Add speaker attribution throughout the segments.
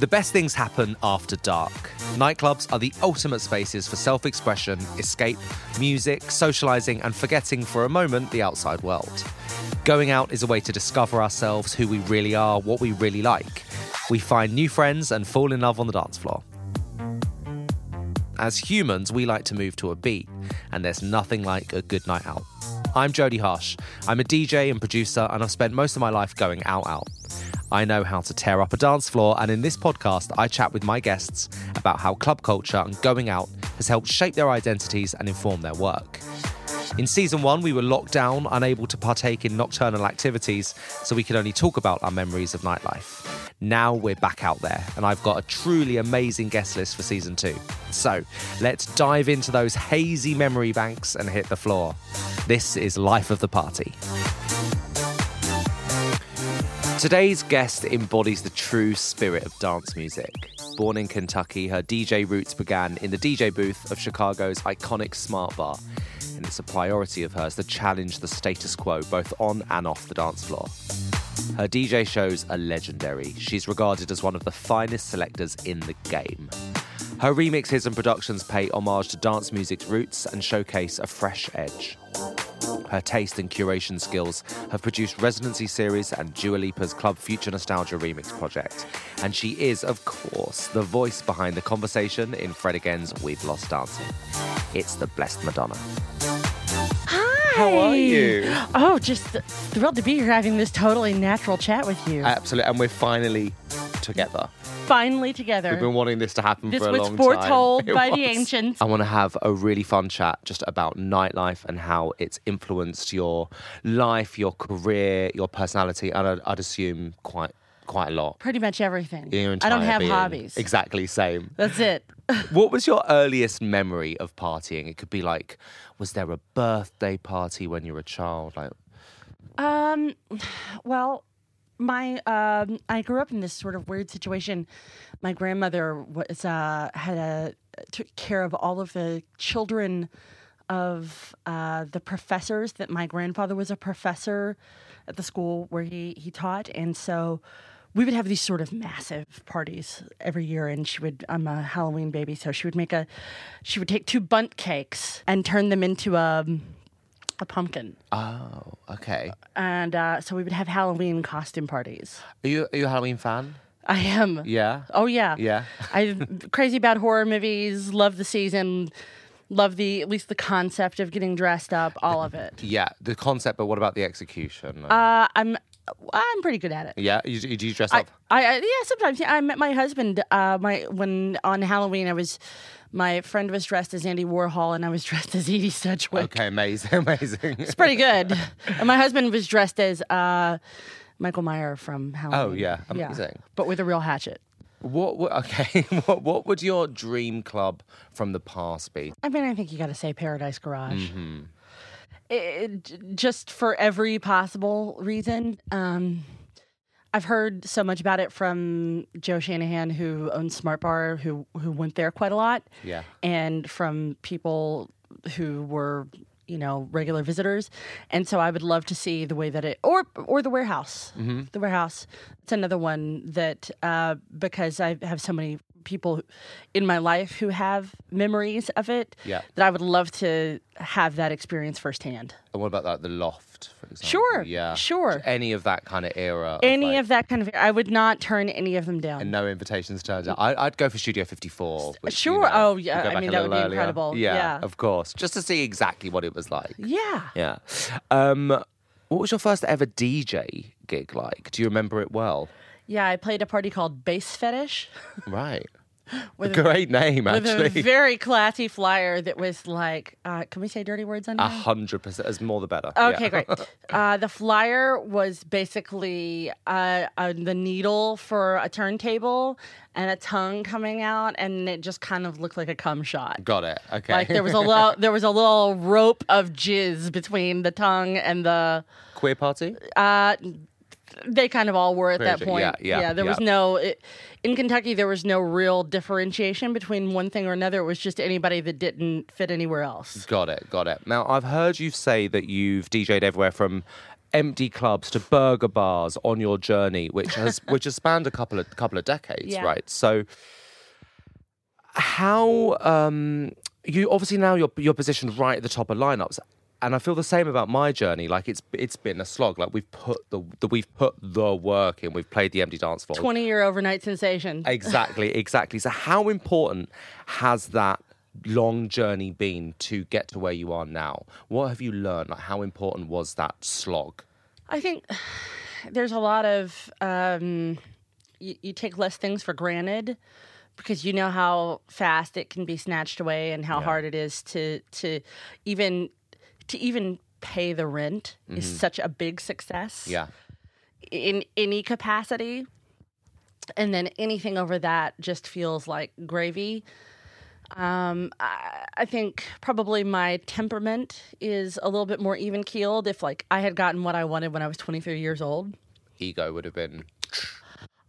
Speaker 1: The best things happen after dark. Nightclubs are the ultimate spaces for self expression, escape, music, socialising, and forgetting for a moment the outside world. Going out is a way to discover ourselves, who we really are, what we really like. We find new friends and fall in love on the dance floor. As humans, we like to move to a beat, and there's nothing like a good night out. I'm Jody Harsh. I'm a DJ and producer, and I've spent most of my life going out out. I know how to tear up a dance floor, and in this podcast, I chat with my guests about how club culture and going out has helped shape their identities and inform their work. In season one, we were locked down, unable to partake in nocturnal activities, so we could only talk about our memories of nightlife. Now we're back out there, and I've got a truly amazing guest list for season two. So let's dive into those hazy memory banks and hit the floor. This is Life of the Party. Today's guest embodies the true spirit of dance music. Born in Kentucky, her DJ roots began in the DJ booth of Chicago's iconic Smart Bar, and it's a priority of hers to challenge the status quo both on and off the dance floor. Her DJ shows are legendary. She's regarded as one of the finest selectors in the game. Her remixes and productions pay homage to dance music's roots and showcase a fresh edge. Her taste and curation skills have produced Residency Series and Dua Lipa's Club Future Nostalgia Remix project. And she is, of course, the voice behind the conversation in Fred Again's We've Lost Dancing. It's the Blessed Madonna.
Speaker 2: Hi.
Speaker 1: How are you?
Speaker 2: Oh, just th- thrilled to be here having this totally natural chat with you.
Speaker 1: Absolutely. And we're finally together.
Speaker 2: Finally together.
Speaker 1: We've been wanting this to happen
Speaker 2: this
Speaker 1: for a
Speaker 2: was
Speaker 1: long
Speaker 2: foretold
Speaker 1: time. It
Speaker 2: by
Speaker 1: was.
Speaker 2: the ancients.
Speaker 1: I want to have a really fun chat just about nightlife and how it's influenced your life, your career, your personality, and I'd, I'd assume quite quite a lot.
Speaker 2: Pretty much everything.
Speaker 1: Your
Speaker 2: I don't
Speaker 1: entire
Speaker 2: have
Speaker 1: being.
Speaker 2: hobbies.
Speaker 1: Exactly same.
Speaker 2: That's it.
Speaker 1: what was your earliest memory of partying? It could be like, was there a birthday party when you were a child? Like,
Speaker 2: Um, well, my um, I grew up in this sort of weird situation. My grandmother was uh, had a took care of all of the children of uh, the professors that my grandfather was a professor at the school where he he taught, and so. We would have these sort of massive parties every year, and she would. I'm a Halloween baby, so she would make a. She would take two bunt cakes and turn them into a, a pumpkin
Speaker 1: oh, okay.
Speaker 2: and uh, so we would have Halloween costume parties.
Speaker 1: Are you are you a Halloween fan?
Speaker 2: I am.
Speaker 1: Yeah.
Speaker 2: Oh yeah.
Speaker 1: Yeah.
Speaker 2: I'm crazy about horror movies. Love the season. Love the at least the concept of getting dressed up. All of it.
Speaker 1: Yeah, the concept, but what about the execution?
Speaker 2: Uh, I'm I'm pretty good at it.
Speaker 1: yeah, you, you- do you dress
Speaker 2: I,
Speaker 1: up?
Speaker 2: I, I yeah sometimes yeah, I met my husband uh, my when on Halloween I was my friend was dressed as Andy Warhol and I was dressed as Edie Sedgwick.
Speaker 1: Okay, amazing, amazing.
Speaker 2: It's pretty good. and my husband was dressed as uh, Michael Meyer from Halloween.
Speaker 1: Oh, yeah. Amazing.
Speaker 2: But with a real hatchet.
Speaker 1: What, would okay, what, what would your dream club from the past be?
Speaker 2: I mean, I think you got to say Paradise Garage. It- it- j- just for every possible reason. Um, I've heard so much about it from Joe Shanahan, who owns Smart Bar, who who went there quite a lot,
Speaker 1: Yeah.
Speaker 2: and from people who were you know regular visitors. And so I would love to see the way that it or or the warehouse,
Speaker 1: Mm-hmm.
Speaker 2: the warehouse. It's another one that uh, because I have so many people in my life who have memories of it
Speaker 1: Yeah.
Speaker 2: that I would love to have that experience firsthand.
Speaker 1: And what about like the loft, for example?
Speaker 2: Sure,
Speaker 1: Yeah.
Speaker 2: sure.
Speaker 1: Any of that kind of era.
Speaker 2: any
Speaker 1: like-
Speaker 2: of that kind of i would not turn any of them down
Speaker 1: And no invitations turned out. I, I'd go for Studio 54. which,
Speaker 2: Sure.
Speaker 1: You know,
Speaker 2: Oh,
Speaker 1: we
Speaker 2: yeah.
Speaker 1: go
Speaker 2: I
Speaker 1: back
Speaker 2: mean,
Speaker 1: a
Speaker 2: that
Speaker 1: little
Speaker 2: would be
Speaker 1: earlier.
Speaker 2: incredible.
Speaker 1: Yeah,
Speaker 2: Yeah.
Speaker 1: of course. Just to see exactly what it was like.
Speaker 2: yeah
Speaker 1: Yeah. Um, what was your first ever DJ gig like? Do you remember it well?
Speaker 2: yeah i played a party called bass fetish
Speaker 1: Right.
Speaker 2: with a-
Speaker 1: Great name,
Speaker 2: with a
Speaker 1: actually.
Speaker 2: very classy flyer that was like, uh, can we say dirty words on
Speaker 1: A
Speaker 2: here?
Speaker 1: hundred percent. As more the better. Ah, Yeah.
Speaker 2: Okay, great. Uh, the flyer was basically uh, uh, the needle for a turntable and a tongue coming out, and it just kind of looked like a cum shot.
Speaker 1: Got it. Okay.
Speaker 2: Like there was a little, there was a little rope of jizz between the tongue and the.
Speaker 1: queer party.
Speaker 2: Uh, they kind of all were at that
Speaker 1: Version,
Speaker 2: point.
Speaker 1: yeah, yeah,
Speaker 2: there was
Speaker 1: yeah.
Speaker 2: no it, in Kentucky. There was no real differentiation between one thing or another. It was just anybody that didn't fit anywhere else.
Speaker 1: Got it, got it. Now, I've heard you say that you've DJ'd everywhere from empty clubs to burger bars on your journey, which has which has spanned a couple of couple of decades,
Speaker 2: Yeah.
Speaker 1: right? So, how um, you obviously now you're you're positioned right at the top of lineups. And I feel the same about my journey. Like it's it's been a slog. Like we've put the, the we've put the work in. We've played the empty dance floor.
Speaker 2: Twenty-year overnight sensation.
Speaker 1: Exactly, exactly. So, how important has that long journey been to get to where you are now? What have you learned? Like, how important was that slog?
Speaker 2: I think there's a lot of um, you, you take less things for granted because you know how fast it can be snatched away and how hard it is to to even to even pay the rent is such a big success
Speaker 1: Yeah,
Speaker 2: in any capacity. And then anything over that just feels like gravy. Um, I, I think probably my temperament is a little bit more even keeled. If like I had gotten what I wanted when I was 23 years old,
Speaker 1: ego would have been.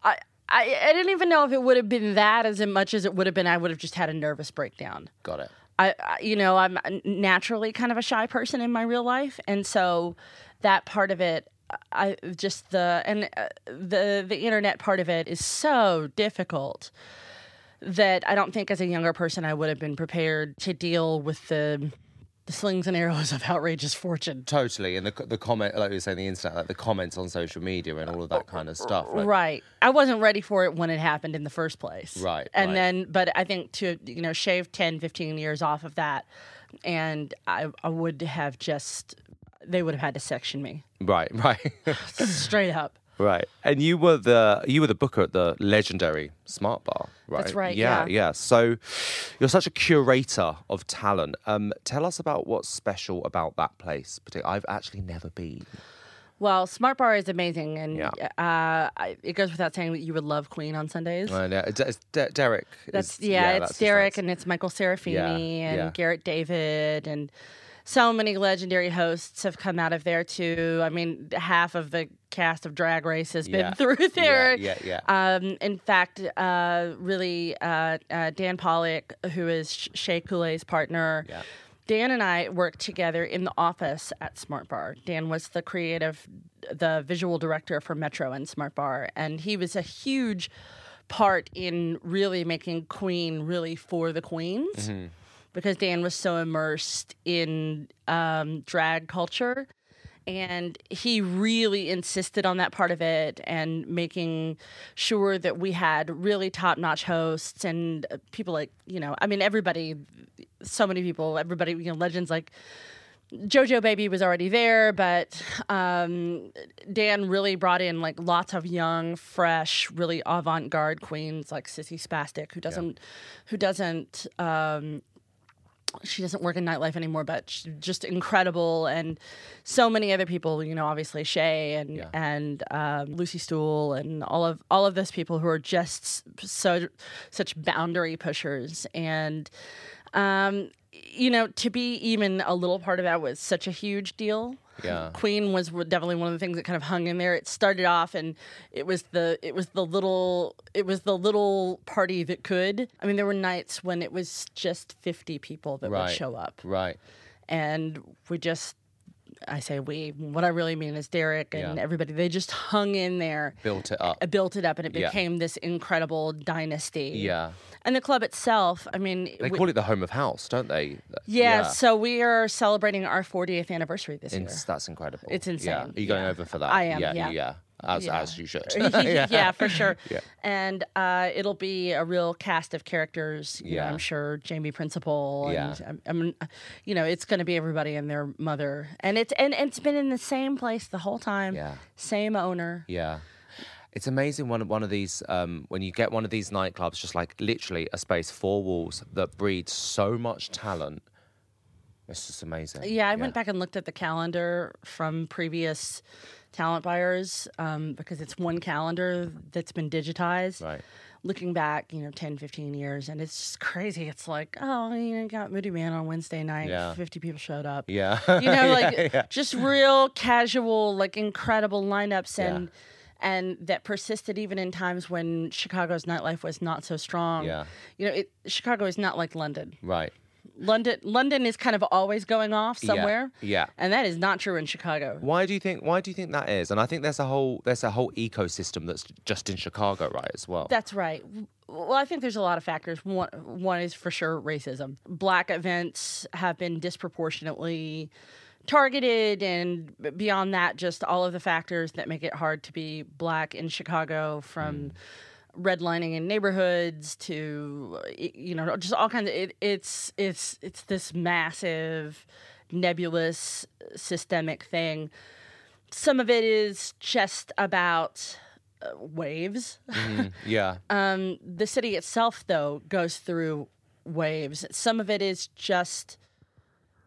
Speaker 2: I, I, I didn't even know if it would have been that as much as it would have been. I would have just had a nervous breakdown.
Speaker 1: Got it.
Speaker 2: I, I you know I'm naturally kind of a shy person in my real life, and so that part of it, I just the and uh, the the internet part of it is so difficult that I don't think as a younger person I would have been prepared to deal with the the slings and arrows of outrageous fortune.
Speaker 1: Totally. And the the comment, like you were saying, the internet, like the comments on social media and all of that kind of stuff. Like,
Speaker 2: Right. I wasn't ready for it when it happened in the first place.
Speaker 1: Right,
Speaker 2: And
Speaker 1: right.
Speaker 2: then, but I think to, you know, shave 10, 15 years off of that, and I, I would have just, they would have had to section me
Speaker 1: right, right,
Speaker 2: straight up.
Speaker 1: right. And you were the you were the booker at the legendary Smart Bar, right?
Speaker 2: That's right,
Speaker 1: Yeah, yeah.
Speaker 2: yeah.
Speaker 1: So you're such a curator of talent. Um, tell us about what's special about that place. Particularly, I've actually never been.
Speaker 2: Well, Smart Bar is amazing. And
Speaker 1: Yeah.
Speaker 2: uh, I, it goes without saying that you would love Queen on Sundays.
Speaker 1: I know. It's, it's De- Derek. is-
Speaker 2: That's yeah, it's
Speaker 1: that's his
Speaker 2: Derek
Speaker 1: name.
Speaker 2: and it's Michael Serafini
Speaker 1: Yeah,
Speaker 2: and
Speaker 1: yeah.
Speaker 2: Garrett David and so many legendary hosts have come out of there too. I mean, half of the cast of Drag Race has been
Speaker 1: Yeah,
Speaker 2: through there.
Speaker 1: yeah, yeah.
Speaker 2: Um, in fact, uh, really, uh, uh, Dan Pollock, who is Sh- Shea Coulee's partner.
Speaker 1: Yeah.
Speaker 2: Dan and I worked together in the office at Smart Bar. Dan was the creative, the visual director for Metro and Smart Bar, and he was a huge part in really making Queen really for the Queens because Dan was so immersed in um, drag culture. And he really insisted on that part of it and making sure that we had really top notch hosts and uh, people like, you know, I mean, everybody, so many people, everybody, you know, legends like JoJo Baby was already there, but um, Dan really brought in like lots of young, fresh, really avant-garde queens like Sissy Spastic, who doesn't, who doesn't, um, she doesn't work in nightlife anymore, but she's just incredible, and so many other people, you know, obviously Shay and and um, Lucy Stool and all of all of those people who are just so such boundary pushers and um, you know, to be even a little part of that was such a huge deal.
Speaker 1: Yeah.
Speaker 2: Queen was w- definitely one of the things that kind of hung in there. It started off, and it was the it was the little it was the little party that could. I mean, there were nights when it was just fifty people that would
Speaker 1: Right.
Speaker 2: show up,
Speaker 1: Right.
Speaker 2: and we just I say we. What I really mean is Derek and
Speaker 1: Yeah.
Speaker 2: everybody. They just hung in there,
Speaker 1: Built it up.
Speaker 2: uh, built it up, and it
Speaker 1: Yeah.
Speaker 2: became this incredible dynasty.
Speaker 1: Yeah.
Speaker 2: and the club itself. I mean,
Speaker 1: They
Speaker 2: we-
Speaker 1: call it the home of house, don't they?
Speaker 2: yeah, so we are celebrating our 40th anniversary this
Speaker 1: In-
Speaker 2: year.
Speaker 1: that's incredible.
Speaker 2: It's insane.
Speaker 1: Yeah. Are you going
Speaker 2: Yeah.
Speaker 1: over for that?
Speaker 2: I am,
Speaker 1: Yeah.
Speaker 2: yeah.
Speaker 1: As, as you should.
Speaker 2: yeah. for sure. And uh, it'll be a real cast of characters. You know,
Speaker 1: Yeah.
Speaker 2: I'm sure Jamie Principal.
Speaker 1: Yeah.
Speaker 2: And I'm, I'm, uh, you know, it's going to be everybody and their mother. And it's and, and it's been in the same place the whole time.
Speaker 1: Yeah.
Speaker 2: Same owner.
Speaker 1: yeah. It's amazing one one of these um, when you get one of these nightclubs, just like literally a space four walls that breeds so much talent. It's just amazing.
Speaker 2: Yeah, I went back and looked at the calendar from previous talent buyers um, because it's one calendar that's been digitized.
Speaker 1: Right.
Speaker 2: Looking back, you know, 10, 15 years, and it's just crazy. It's like, oh, you know, got Moody Man on Wednesday night,
Speaker 1: Yeah.
Speaker 2: 50 people showed up.
Speaker 1: Yeah.
Speaker 2: You know,
Speaker 1: Yeah,
Speaker 2: like
Speaker 1: yeah.
Speaker 2: just real casual, like incredible lineups and. And that persisted even in times when Chicago's nightlife was not so strong.
Speaker 1: Yeah.
Speaker 2: You know, it, Chicago is not like London.
Speaker 1: Right.
Speaker 2: London London is kind of always going off
Speaker 1: Yeah,
Speaker 2: somewhere.
Speaker 1: yeah.
Speaker 2: And that is not true in Chicago.
Speaker 1: Why do you think? Why do you think that is? And I think there's a whole there's a whole ecosystem that's just in Chicago, right? As well.
Speaker 2: That's right. Well, I think there's a lot of factors. One, one is for sure racism. Black events have been disproportionately targeted, and b- beyond that, just all of the factors that make it hard to be black in Chicago from. Redlining in neighborhoods to uh, y- you know just all kinds of it, it's it's it's this massive nebulous systemic thing some of it is just about uh, waves
Speaker 1: Mm, yeah.
Speaker 2: um, the city itself, though, goes through waves. Some of it is just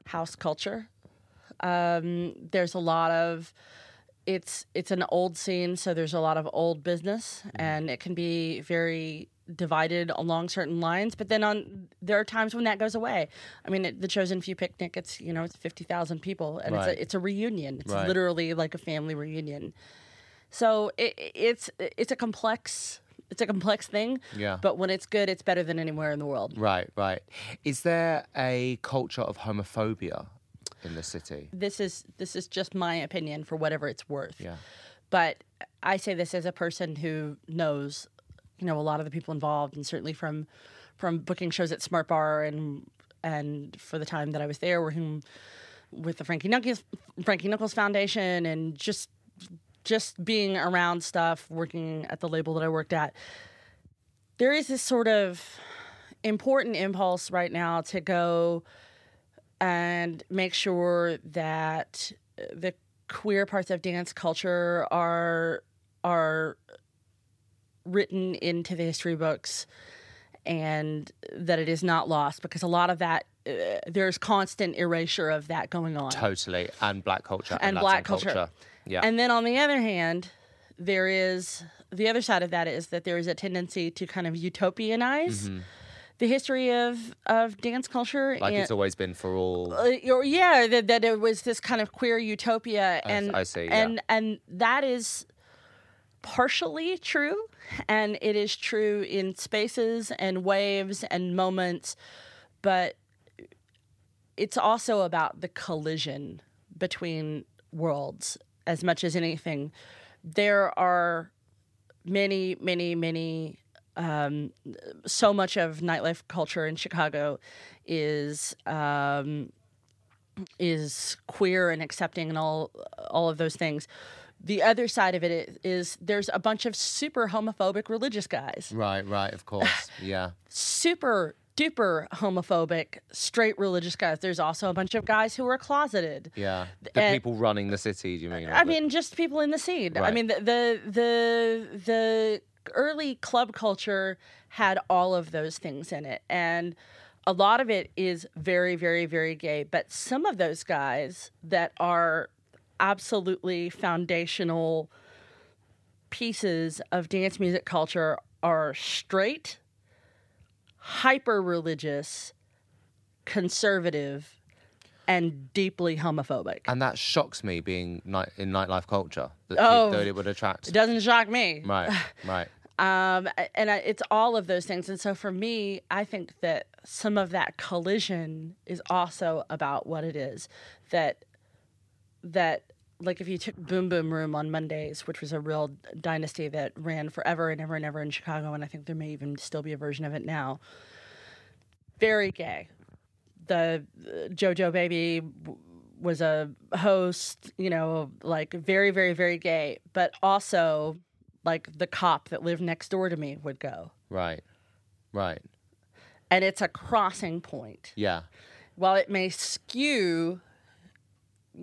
Speaker 2: house culture. Um, there's a lot of it's it's an old scene, so there's a lot of old business,
Speaker 1: Mm-hmm.
Speaker 2: and it can be very divided along certain lines. But then on there are times when that goes away. I mean, at the Chosen Few picnic, it's you know it's fifty thousand people, and
Speaker 1: Right.
Speaker 2: it's a, it's a reunion. It's
Speaker 1: Right.
Speaker 2: literally like a family reunion. So it, it's it's a complex it's a complex thing.
Speaker 1: Yeah.
Speaker 2: But when it's good, it's better than anywhere in the world.
Speaker 1: Right. Right. Is there a culture of homophobia in the city?
Speaker 2: This is this is just my opinion for whatever it's worth.
Speaker 1: Yeah.
Speaker 2: But I say this as a person who knows, you know, a lot of the people involved, and certainly from from booking shows at Smart Bar and and for the time that I was there, working with the Frankie Knuckles Frankie Knuckles Foundation, and just just being around stuff, working at the label that I worked at, there is this sort of important impulse right now to go and make sure that the queer parts of dance culture are are written into the history books and that it is not lost because a lot of that uh, there's constant erasure of that going on
Speaker 1: Totally. And black culture. And,
Speaker 2: and
Speaker 1: Latin
Speaker 2: black culture.
Speaker 1: Yeah.
Speaker 2: And then on the other hand, there is the other side of that is that there is a tendency to kind of utopianize the history of of dance culture.
Speaker 1: Mm-hmm. like
Speaker 2: and,
Speaker 1: it's always been for all.
Speaker 2: uh, or yeah, that, that it was this kind of queer utopia, and
Speaker 1: I see, yeah.
Speaker 2: and and that is partially true, and it is true in spaces and waves and moments, but it's also about the collision between worlds as much as anything. There are many, many, many. Um, so much of nightlife culture in Chicago is um, is queer and accepting and all all of those things. The other side of it i- is there's a bunch of super homophobic religious guys,
Speaker 1: Right. Right. Of course. Yeah.
Speaker 2: super duper homophobic straight religious guys. There's also a bunch of guys who are closeted.
Speaker 1: Yeah. The
Speaker 2: And-
Speaker 1: people running the city. Do you mean?
Speaker 2: I mean, just people in the scene. I
Speaker 1: Right.
Speaker 2: mean, the, the the the early club culture had all of those things in it, and a lot of it is very, very, very gay. But some of those guys that are absolutely foundational pieces of dance music culture are straight, hyper religious, conservative, and deeply homophobic.
Speaker 1: And that shocks me being night, in nightlife culture that,
Speaker 2: Oh.
Speaker 1: that it would attract.
Speaker 2: It doesn't shock me.
Speaker 1: Right, right.
Speaker 2: Um, I- and I, it's all of those things. And so for me, I think that some of that collision is also about what it is that that like if you took Boom Boom Room on Mondays, which was a real dynasty that ran forever and ever and ever in Chicago, and I think there may even still be a version of it now. Very gay. The uh, JoJo Baby w- was a host, you know, like very, very, very gay, but also like the cop that lived next door to me would go.
Speaker 1: Right. Right.
Speaker 2: And it's a crossing point.
Speaker 1: Yeah.
Speaker 2: While it may skew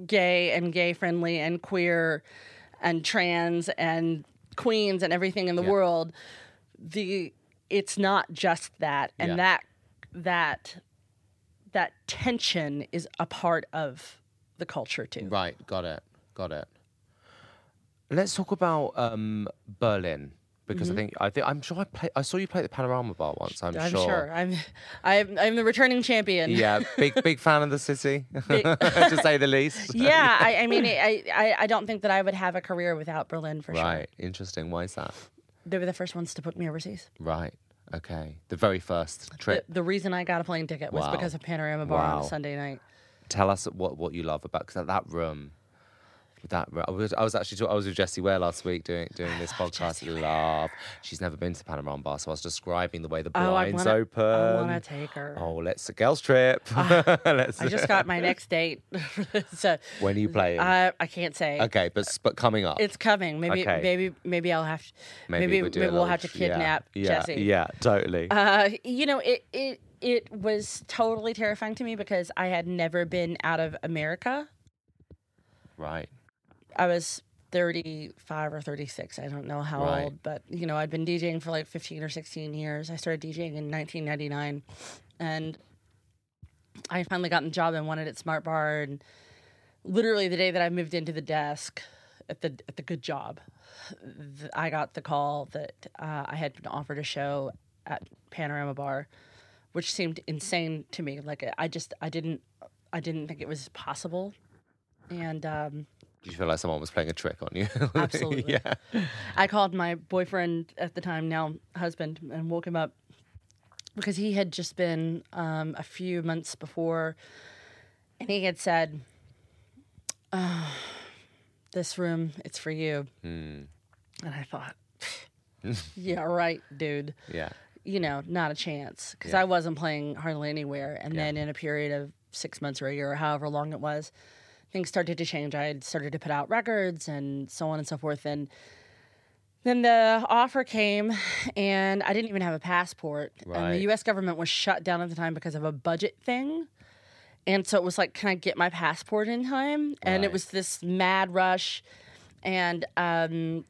Speaker 2: gay and gay friendly and queer and trans and queens and everything in the
Speaker 1: Yeah.
Speaker 2: world, the it's not just that, and
Speaker 1: Yeah.
Speaker 2: that that that tension is a part of the culture too.
Speaker 3: Right, got it, got it.
Speaker 1: Let's talk about um, Berlin because I think I think I'm sure I play, I saw you play at the Panorama Bar once. I'm,
Speaker 2: Mm-hmm. I'm sure. I'm, I'm I'm the returning champion.
Speaker 1: Yeah, big big fan of the city, to say the least.
Speaker 2: Yeah, I, I mean, I, I, I don't think that I would have a career without Berlin for sure.
Speaker 1: Right. Interesting. Why is that?
Speaker 2: They were the first ones to book me overseas.
Speaker 1: Right. Okay. The very first
Speaker 2: The,
Speaker 1: trip.
Speaker 2: the reason I got a plane ticket was
Speaker 1: Wow.
Speaker 2: because of Panorama Bar on
Speaker 1: Wow.
Speaker 2: a Sunday night.
Speaker 1: Tell us what, what you love about because that room, that room. I was, I was actually talk, I was with Jessie Ware last week doing doing this
Speaker 2: Oh,
Speaker 1: podcast. love. She's never been to Panorama Bar, so I was describing the way the
Speaker 2: Oh, I
Speaker 1: blinds
Speaker 2: wanna,
Speaker 1: open.
Speaker 2: I want to take her.
Speaker 1: Oh, let's a girls trip. let's.
Speaker 2: I just got my next date. so
Speaker 1: when are you playing?
Speaker 2: I, I can't say.
Speaker 1: okay, but s- but coming up.
Speaker 2: It's coming. Maybe
Speaker 1: Okay.
Speaker 2: maybe maybe I'll have to, maybe
Speaker 1: we'll do a
Speaker 2: will
Speaker 1: little-
Speaker 2: have to
Speaker 1: yeah,
Speaker 2: kidnap
Speaker 1: yeah,
Speaker 2: Jesse.
Speaker 1: Yeah, totally.
Speaker 2: Uh, you know, it it it was totally terrifying to me because I had never been out of America.
Speaker 1: right.
Speaker 2: I was 35 or 36. I don't know how
Speaker 1: Right.
Speaker 2: old, but you know, I'd been DJing for like 15 or 16 years. I started DJing in 1999 and I finally got the job and wanted at Smart Bar and literally the day that I moved into the desk at the at the good job, th- I got the call that uh, I had been offered a show at Panorama Bar, which seemed insane to me. Like I- I just I didn't I didn't think it was possible. And um
Speaker 1: Did you feel like someone was playing a trick on you?
Speaker 2: Absolutely.
Speaker 1: yeah.
Speaker 2: I called my boyfriend at the time, now husband, and woke him up because he had just been um, a few months before, and he had said, "Ah, "This room, it's for you." And I thought, "Yeah, right, dude."
Speaker 1: Yeah.
Speaker 2: You know, not a chance because I wasn't playing hardly anywhere. And then in a period of six months or a year or however long it was, things started to change. I had started to put out records and so on and so forth. And then the offer came, and I didn't even have a passport. And
Speaker 1: Right.
Speaker 2: the US government was shut down at the time because of a budget thing. And so it was like, can I get my passport in time? And it was this mad rush. And um,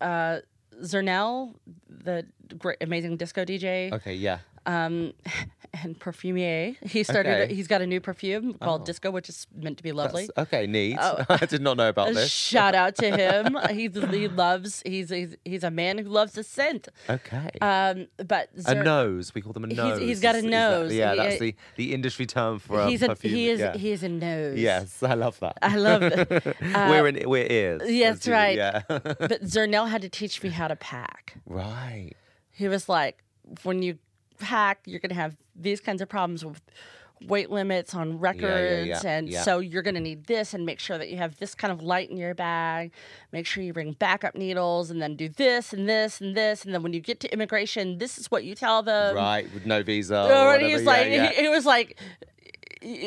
Speaker 2: uh, Zernel, the great, amazing disco DJ,
Speaker 1: Okay. Yeah.
Speaker 2: and Perfumier, he started.
Speaker 1: Okay. Oh.
Speaker 2: He's got a new perfume called Disco, which is meant to be lovely.
Speaker 1: That's- okay. Neat.
Speaker 2: Oh.
Speaker 1: I did not know about
Speaker 2: A
Speaker 1: this.
Speaker 2: shout out to him. he's, he loves. He's, he's he's a man who loves the scent.
Speaker 1: Okay.
Speaker 2: Um, but
Speaker 1: a
Speaker 2: Zer-
Speaker 1: nose. We call them a
Speaker 2: He's-
Speaker 1: nose.
Speaker 2: he's got a
Speaker 1: Is- is that-
Speaker 2: nose.
Speaker 1: yeah,
Speaker 2: He- uh,
Speaker 1: that's the, the industry term for um,
Speaker 2: he's a
Speaker 1: perfume.
Speaker 2: he is
Speaker 1: yeah.
Speaker 2: he is a nose.
Speaker 1: Yes, I love that.
Speaker 2: I love it.
Speaker 1: we're in we're ears.
Speaker 2: yes,
Speaker 1: as you-
Speaker 2: right.
Speaker 1: Yeah.
Speaker 2: but Zernell had to teach me how to pack.
Speaker 1: right.
Speaker 2: He was like, when you pack, you're going to have these kinds of problems with weight limits on records.
Speaker 1: yeah, yeah,
Speaker 2: and
Speaker 1: yeah.
Speaker 2: so you're going to need this and make sure that you have this kind of light in your bag. Make sure you bring backup needles and then do this and this and this. And then when you get to immigration, this is what you tell them.
Speaker 1: right. With no visa.
Speaker 2: Or
Speaker 1: or
Speaker 2: what
Speaker 1: whatever,
Speaker 2: he was
Speaker 1: yeah,
Speaker 2: Um, like,
Speaker 1: yeah.
Speaker 2: He, he was like,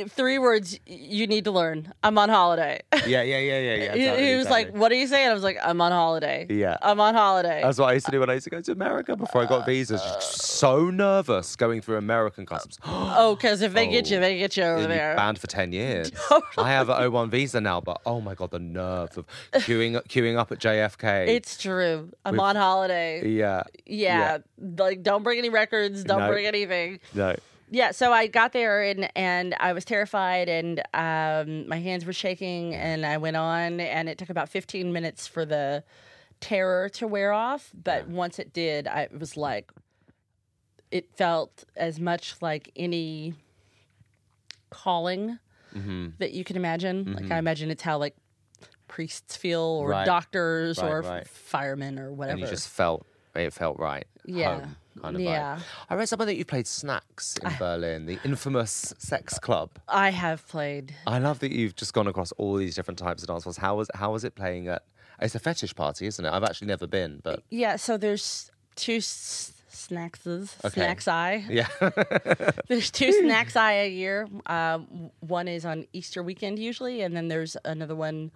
Speaker 2: three words you need to learn. I'm on holiday.
Speaker 1: yeah, yeah, yeah, yeah, yeah.
Speaker 2: He-
Speaker 1: totally,
Speaker 2: he was
Speaker 1: totally.
Speaker 2: like, "What are you saying?" I was like, "I'm on holiday."
Speaker 1: Yeah.
Speaker 2: I'm on holiday.
Speaker 1: That's what I used to do when I used to go to America before I
Speaker 2: Uh,
Speaker 1: got visas. Just so nervous going through American customs.
Speaker 2: oh, because if they get
Speaker 1: Oh.
Speaker 2: you, they get you over
Speaker 1: You'd be
Speaker 2: there.
Speaker 1: banned for 10 years. I have an O1 visa now, but oh my God, the nerve of queuing, queuing up at JFK.
Speaker 2: It's true. I'm on holiday.
Speaker 1: yeah.
Speaker 2: Yeah. like don't bring any records. Don't
Speaker 1: No.
Speaker 2: bring anything.
Speaker 1: No.
Speaker 2: Yeah, so I got there and and I was terrified and um, my hands were shaking and I went on and it took about 15 minutes for the terror to wear off, but once it did, I it was like it felt as much like any calling
Speaker 1: Mm-hmm.
Speaker 2: that you can imagine. Like I imagine it's how like priests feel or
Speaker 1: Right.
Speaker 2: doctors
Speaker 1: Right,
Speaker 2: or
Speaker 1: right.
Speaker 2: firemen or whatever.
Speaker 1: And you just felt, it felt right.
Speaker 2: Yeah.
Speaker 1: Home, kind of
Speaker 2: Yeah.
Speaker 1: vibe. I read somewhere that you played Snacks in Berlin, the infamous sex club.
Speaker 2: I have played
Speaker 1: I love that you've just gone across all these different types of dance floors. How was how was it playing at? It's a fetish party, isn't it? I've actually never been, but
Speaker 2: Yeah, so there's two s- snacks. Snacks I.
Speaker 1: yeah,
Speaker 2: There's two snacks I a year. Um, one is on Easter weekend usually, and then there's another one.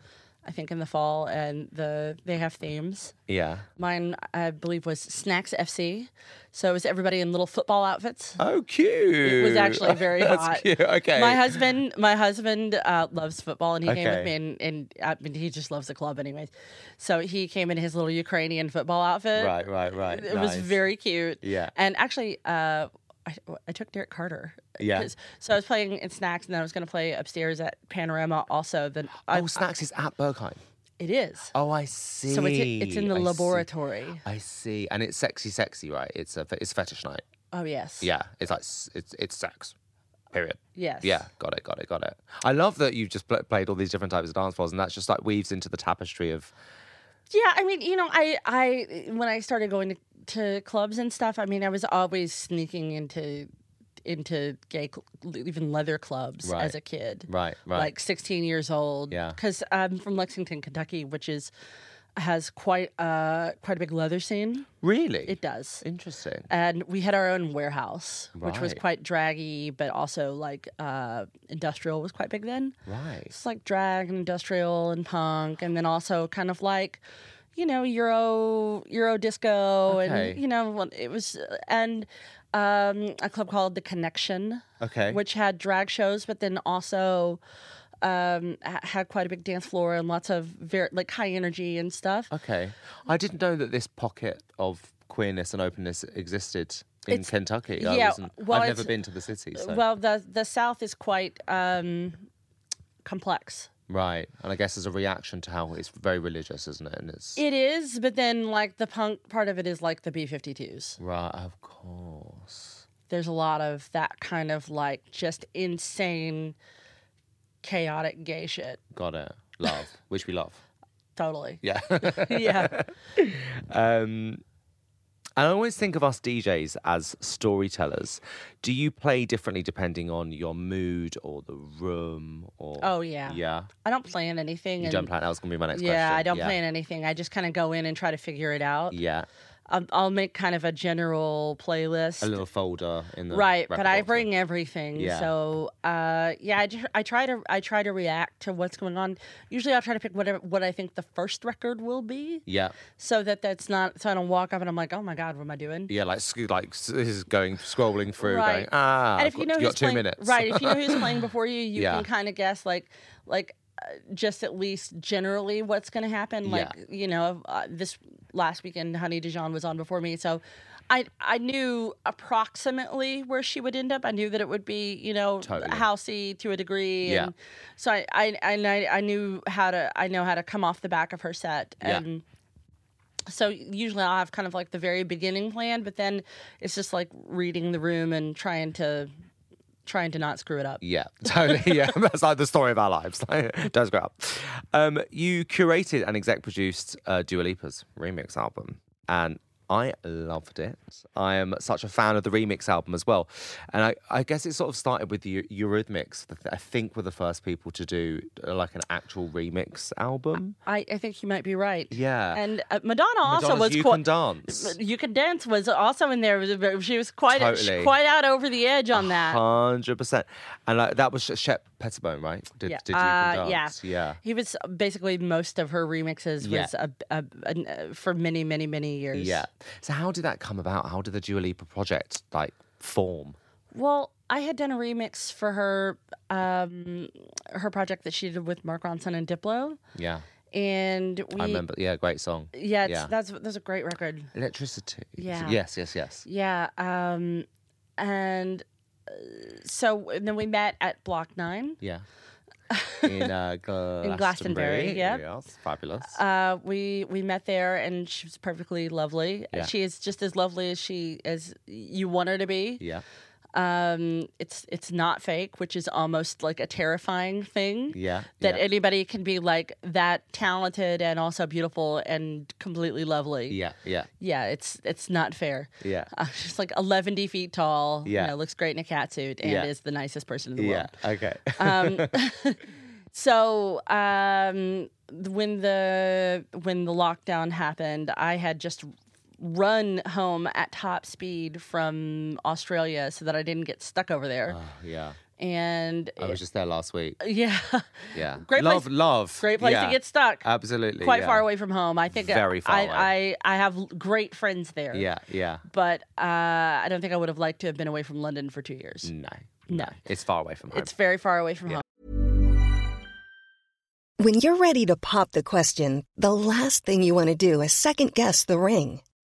Speaker 2: I think in the fall, and the they have themes.
Speaker 1: Yeah.
Speaker 2: Mine, I believe, was Snacks FC. So it was everybody in little football outfits.
Speaker 1: Oh, cute.
Speaker 2: It was actually very
Speaker 1: That's
Speaker 2: hot.
Speaker 1: Cute. Okay.
Speaker 2: My husband, my husband uh, loves football, and he came
Speaker 1: Okay.
Speaker 2: with me, and, and I mean, he just loves the club, anyways. So he came in his little Ukrainian football outfit.
Speaker 1: Oh, Right, right, right.
Speaker 2: It was
Speaker 1: Nice.
Speaker 2: very cute.
Speaker 1: Yeah.
Speaker 2: And actually, uh, I, I took Derek Carter.
Speaker 1: Yeah.
Speaker 2: 'Cause- So I was playing in snacks, and then I was going to play upstairs at Panorama. Also, then I-
Speaker 1: Oh, snacks is at Bergheim.
Speaker 2: it is.
Speaker 1: Oh, I see.
Speaker 2: So it's, it's in the
Speaker 1: I see.
Speaker 2: laboratory.
Speaker 1: I see, and it's sexy, sexy, right? It's a fe- it's fetish night.
Speaker 2: Oh yes.
Speaker 1: Yeah, it's like s- it's it's sex. Period.
Speaker 2: Yes.
Speaker 1: Yeah, got it, got it, got it. I love that you've just pl- played all these different types of dance balls, and that's just like weaves into the tapestry of
Speaker 2: Yeah, I mean, you know, I I when I started going to, to clubs and stuff, I mean, I was always sneaking into into gay cl- even leather clubs
Speaker 1: Right.
Speaker 2: as a kid.
Speaker 1: Right, right.
Speaker 2: Like 16 years old.
Speaker 1: Yeah.
Speaker 2: Cuz I'm from Lexington, Kentucky, which is has quite uh quite a big leather scene.
Speaker 1: really
Speaker 2: It does.
Speaker 1: interesting.
Speaker 2: And we had our own warehouse, which was
Speaker 1: Right.
Speaker 2: quite draggy, but also like uh industrial was quite big then.
Speaker 1: Right.
Speaker 2: It's like drag and industrial and punk, and then also kind of like, you know, Euro Euro disco,
Speaker 1: Okay.
Speaker 2: and you know, well, it was and um, a club called the Connection,
Speaker 1: Okay.
Speaker 2: which had drag shows, but then also um, ha- had quite a big dance floor and lots of very like high energy and stuff.
Speaker 1: Okay. I didn't know that this pocket of queerness and openness existed in
Speaker 2: It's-
Speaker 1: Kentucky. I
Speaker 2: yeah,
Speaker 1: wasn't,
Speaker 2: well,
Speaker 1: I've never
Speaker 2: it's- uh,
Speaker 1: been to the city. So.
Speaker 2: Well, the the South is quite um, complex.
Speaker 1: right. And I guess as a reaction to how it's very religious, isn't it? And it's
Speaker 2: It is, but then like the punk part of it is like the B 52s.
Speaker 1: right. Of course.
Speaker 2: there's a lot of that kind of like just insane chaotic gay shit
Speaker 1: Got it. Love, which we love.
Speaker 2: totally
Speaker 1: Yeah.
Speaker 2: yeah
Speaker 1: Um, and I always think of us DJs as storytellers. Do you play differently depending on your mood or the room? Or
Speaker 2: oh yeah
Speaker 1: yeah,
Speaker 2: i don't plan anything
Speaker 1: you
Speaker 2: and
Speaker 1: don't plan. That was gonna be my next question.
Speaker 2: yeah i don't plan anything i just kind of go in and try to figure it out
Speaker 1: Yeah,
Speaker 2: I'll, I'll make kind of a general playlist
Speaker 1: a little folder in the
Speaker 2: right but
Speaker 1: record
Speaker 2: i
Speaker 1: box.
Speaker 2: bring everything
Speaker 1: Yeah.
Speaker 2: so uh, yeah I, ju- I try to i try to react to what's going on usually i'll try to pick whatever what i think the first record will be
Speaker 1: Yeah,
Speaker 2: so that that's not so i don't walk up and i'm like oh my god what am i doing
Speaker 1: yeah, like sc- like s- this is going scrolling through, going
Speaker 2: Right.
Speaker 1: ah.
Speaker 2: and
Speaker 1: I've
Speaker 2: if you
Speaker 1: got-
Speaker 2: know
Speaker 1: got
Speaker 2: who's
Speaker 1: two
Speaker 2: playing,
Speaker 1: minutes,
Speaker 2: right? If you know who's playing before you, you
Speaker 1: Yeah.
Speaker 2: can kind of guess, like, like uh, just at least generally what's going to happen. Like,
Speaker 1: Yeah.
Speaker 2: you know, uh, this last weekend, Honey Dijon was on before me, so I I knew approximately where she would end up. I knew that it would be, you know,
Speaker 1: Totally.
Speaker 2: housey to a degree.
Speaker 1: Yeah.
Speaker 2: And so I I, and I I knew how to I know how to come off the back of her set
Speaker 1: Yeah.
Speaker 2: and so usually I'll have kind of like the very beginning plan, but then it's just like reading the room and trying to trying to not screw it up.
Speaker 1: Yeah, totally. Yeah, that's like the story of our lives. Does grow up. Um, you curated and exec produced uh, Dua Lipa's remix album, and I loved it. I am such a fan of the remix album as well, and I, I guess it sort of started with the Eurythmics. I think were the first people to do uh, like an actual remix album.
Speaker 2: I, I think you might be right.
Speaker 1: Yeah.
Speaker 2: And uh, Madonna also
Speaker 1: Madonna's
Speaker 2: was
Speaker 1: you
Speaker 2: quite.
Speaker 1: can dance.
Speaker 2: You can dance was also in there. It was a bit- She was quite
Speaker 1: Totally.
Speaker 2: quite out over the edge on that.
Speaker 1: Hundred percent, and like that was Shep Pettibone, right? Did, did you can
Speaker 2: Uh, yeah,
Speaker 1: dance? yeah.
Speaker 2: He was basically most of her remixes
Speaker 1: Yeah.
Speaker 2: was a, a, an- uh, for many, many, many years.
Speaker 1: Yeah. So how did that come about? How did the Dua Lipa project like form?
Speaker 2: Well, I had done a remix for her um, her project that she did with Mark Ronson and Diplo,
Speaker 1: Yeah.
Speaker 2: and we
Speaker 1: I remember. Yeah, great song.
Speaker 2: Yeah, it's,
Speaker 1: Yeah.
Speaker 2: that's that's a great record.
Speaker 1: Electricity.
Speaker 2: Yeah.
Speaker 1: Yes, yes, yes.
Speaker 2: Yeah, um, and uh, so and then we met at Block Nine.
Speaker 1: Yeah. In, uh, Glastonbury.
Speaker 2: Glastonbury, yeah.
Speaker 1: Yes, fabulous.
Speaker 2: Uh, we we met there, and she was perfectly lovely.
Speaker 1: Yeah.
Speaker 2: She is just as lovely as she as you want her to be.
Speaker 1: yeah.
Speaker 2: Um, it's it's not fake, which is almost like a terrifying thing.
Speaker 1: Yeah.
Speaker 2: That
Speaker 1: yeah.
Speaker 2: anybody can be like that talented and also beautiful and completely lovely.
Speaker 1: yeah, yeah,
Speaker 2: Yeah, it's it's not fair.
Speaker 1: yeah.
Speaker 2: Uh, she's like 11 feet tall.
Speaker 1: Yeah.
Speaker 2: You know, looks great in a cat suit and
Speaker 1: Yeah.
Speaker 2: is the nicest person in the
Speaker 1: Yeah.
Speaker 2: world. Uh,
Speaker 1: Okay.
Speaker 2: So um, when the when the lockdown happened, I had just run home at top speed from Australia so that I didn't get stuck over there.
Speaker 1: yeah.
Speaker 2: and
Speaker 1: Uh-huh. I was just there last week.
Speaker 2: yeah,
Speaker 1: Yeah.
Speaker 2: Uh, Great
Speaker 1: love,
Speaker 2: place-
Speaker 1: love.
Speaker 2: great place
Speaker 1: Yeah.
Speaker 2: to get stuck.
Speaker 1: Absolutely.
Speaker 2: Quite
Speaker 1: yeah.
Speaker 2: far away from home. I think
Speaker 1: Very far
Speaker 2: I,
Speaker 1: away.
Speaker 2: I I have l- great friends there.
Speaker 1: Yeah, yeah.
Speaker 2: but uh, I don't think I would have liked to have been away from London for two years.
Speaker 1: No.
Speaker 2: No.
Speaker 1: It's far away from home.
Speaker 2: It's very far away from home.
Speaker 3: When you're ready to pop the question, the last thing you want to do is second guess the ring.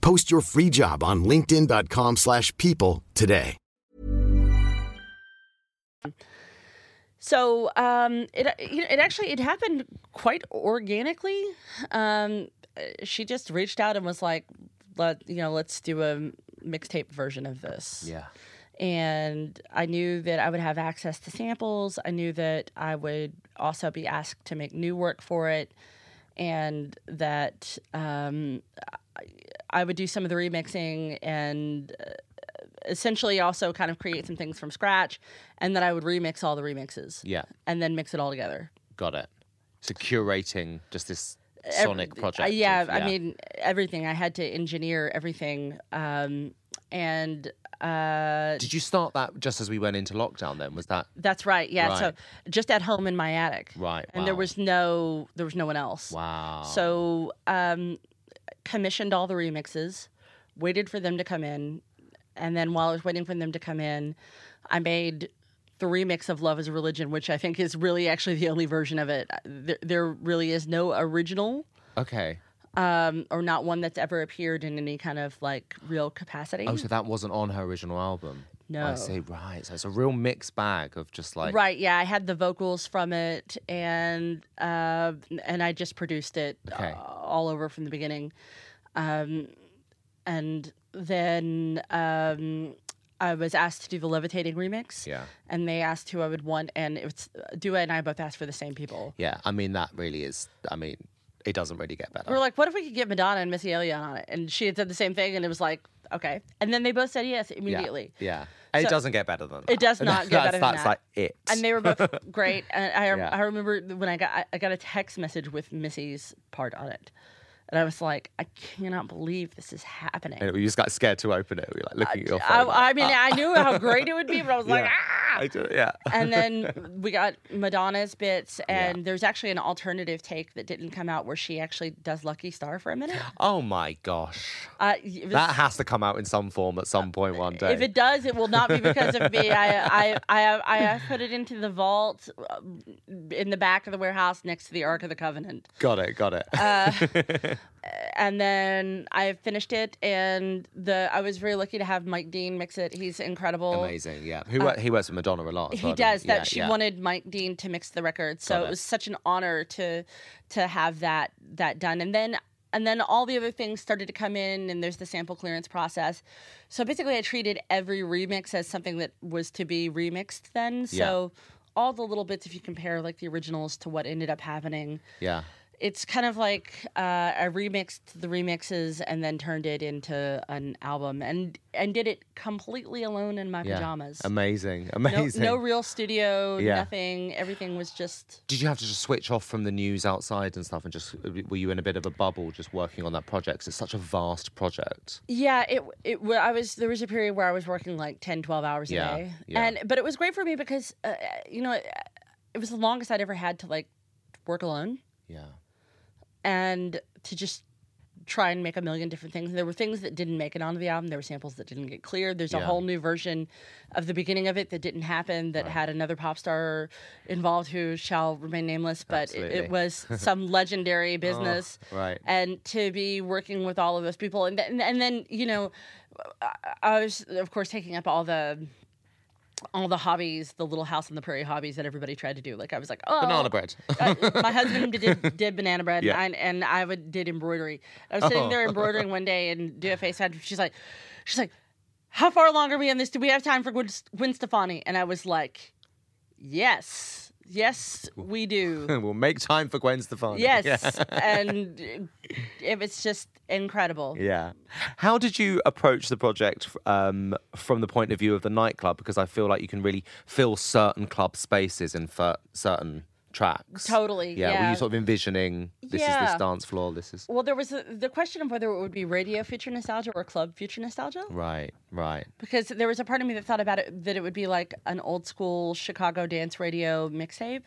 Speaker 4: Post your free job on linkedin.com/people slash people today.
Speaker 2: So um, it you know, it actually it happened quite organically. Um, uh, she just reached out and was like, "Let you know, let's do a mixtape version of this."
Speaker 1: yeah.
Speaker 2: And I knew that I would have access to samples. I knew that I would also be asked to make new work for it, and that um, I- I would do some of the remixing and uh, essentially also kind of create some things from scratch, and that I would remix all the remixes
Speaker 1: Yeah.
Speaker 2: and then mix it all together.
Speaker 1: Got it. So curating just this
Speaker 2: Ev-
Speaker 1: sonic project.
Speaker 2: Uh, yeah,
Speaker 1: of-
Speaker 2: I mean everything. I had to engineer everything, um, and uh,
Speaker 1: Did you start that just as we went into lockdown then? Was that
Speaker 2: that's right. Yeah, so
Speaker 1: Right.
Speaker 2: just at home in my attic,
Speaker 1: right?
Speaker 2: and there
Speaker 1: wow.
Speaker 2: was no there was no one else.
Speaker 1: Wow.
Speaker 2: So um, commissioned all the remixes, waited for them to come in, and then while I was waiting for them to come in, I made the remix of "Love Is a Religion," which I think is really actually the only version of it. There, there really is no original.
Speaker 1: Okay.
Speaker 2: um, or not one that's ever appeared in any kind of like real capacity.
Speaker 1: Oh, so that wasn't on her original album. I
Speaker 2: No.
Speaker 1: see. Right. So it's a real mixed bag of just like
Speaker 2: right? Yeah, I had the vocals from it, and uh, and I just produced it
Speaker 1: Okay.
Speaker 2: uh, all over from the beginning, um, and then um, I was asked to do the levitating remix.
Speaker 1: Yeah.
Speaker 2: And they asked who I would want, and it was uh, Dua and I both asked for the same people.
Speaker 1: Yeah. I mean, that really is. I mean, it doesn't really get better.
Speaker 2: We were like, what if we could get Madonna and Missy Elliott on it? And she had said the same thing, and it was like, okay. And then they both said yes
Speaker 1: yeah.
Speaker 2: immediately.
Speaker 1: Yeah. And it
Speaker 2: So-
Speaker 1: doesn't get better than that.
Speaker 2: It does not get
Speaker 1: that's,
Speaker 2: better than
Speaker 1: That's
Speaker 2: that.
Speaker 1: like it.
Speaker 2: and they were both great. And I,
Speaker 1: Yeah.
Speaker 2: I remember when I got I- I got a text message with Missy's part on it, and I was like, I cannot believe this is happening.
Speaker 1: And you just got scared to open it. You're like looking at your phone. like,
Speaker 2: I, I mean, I knew how great it would be, but I was like,
Speaker 1: yeah.
Speaker 2: ah.
Speaker 1: I do, yeah.
Speaker 2: And then we got Madonna's bits, and there's actually an alternative take that didn't come out where she actually does Lucky Star for a minute.
Speaker 1: Oh my gosh.
Speaker 2: Uh, it was-
Speaker 1: That has to come out in some form at some point one day.
Speaker 2: Uh, If it does, it will not be because of me. I, I, I, I have put it into the vault um, in the back of the warehouse next to the Ark of the Covenant.
Speaker 1: got it, got it.
Speaker 2: Uh, and then I finished it, and the I was very lucky to have Mike Dean mix it. He's incredible.
Speaker 1: Amazing, yeah. Who wor- he works with Madonna a lot. as
Speaker 2: uh, He
Speaker 1: well, doesn't
Speaker 2: does that.
Speaker 1: Yeah,
Speaker 2: she
Speaker 1: yeah.
Speaker 2: wanted Mike Dean to mix the record, so
Speaker 1: Got
Speaker 2: it.
Speaker 1: it.
Speaker 2: was such an honor to to have that that done. And then and then all the other things started to come in, and there's the sample clearance process. So basically, I treated every remix as something that was to be remixed. Then, so all the little bits, if you compare like the originals to what ended up happening,
Speaker 1: Yeah.
Speaker 2: it's kind of like uh, I remixed the remixes and then turned it into an album and and did it completely alone in my
Speaker 1: yeah.
Speaker 2: pajamas.
Speaker 1: Amazing,
Speaker 2: no,
Speaker 1: amazing.
Speaker 2: no real studio,
Speaker 1: Yeah.
Speaker 2: nothing. Everything was just
Speaker 1: Did you have to just switch off from the news outside and stuff and just uh, were you in a bit of a bubble just working on that project? 'Cause it's such a vast project.
Speaker 2: yeah. It it wa- I was there was a period where I was working like 10, 12 hours a
Speaker 1: Yeah,
Speaker 2: day,
Speaker 1: yeah.
Speaker 2: and but it was great for me because uh, you know it, it was the longest I'd ever had to like work alone
Speaker 1: Yeah.
Speaker 2: and to just try and make a million different things. There were things that didn't make it onto the album. There were samples that didn't get cleared. There's a
Speaker 1: Yeah.
Speaker 2: whole new version of the beginning of it that didn't happen that had another pop star involved who shall remain nameless, but it,
Speaker 1: Absolutely.
Speaker 2: it was some legendary business.
Speaker 1: right.
Speaker 2: And to be working with all of those people, and then, and then you know, I, I was of course taking up all the. All the hobbies, the little house on the prairie hobbies that everybody tried to do. Like I was like, oh,
Speaker 1: Banana bread.
Speaker 2: uh, my husband did, did banana bread
Speaker 1: Yeah. Oh.
Speaker 2: and, I, and I would did embroidery. I was sitting there embroidering one day and do a FaceTime. She's like, she's like, how far along are we in this? Do we have time for Gwen, Gwen Stefani? And I was like, yes, yes, we do.
Speaker 1: we'll make time for Gwen Stefani.
Speaker 2: Yes,
Speaker 1: Yeah.
Speaker 2: and it was just incredible.
Speaker 1: Yeah. How did you approach the project um, from the point of view of the nightclub? Because I feel like you can really fill certain club spaces in fir- certain tracks.
Speaker 2: Totally,
Speaker 1: Yeah. Were
Speaker 2: yeah.
Speaker 1: you sort of envisioning this is
Speaker 2: Yeah.
Speaker 1: this dance floor? This is
Speaker 2: Well, there was a, the question of whether it would be radio future nostalgia or club future nostalgia.
Speaker 1: right, right.
Speaker 2: because there was a part of me that thought about it that it would be like an old school Chicago dance radio mixtape,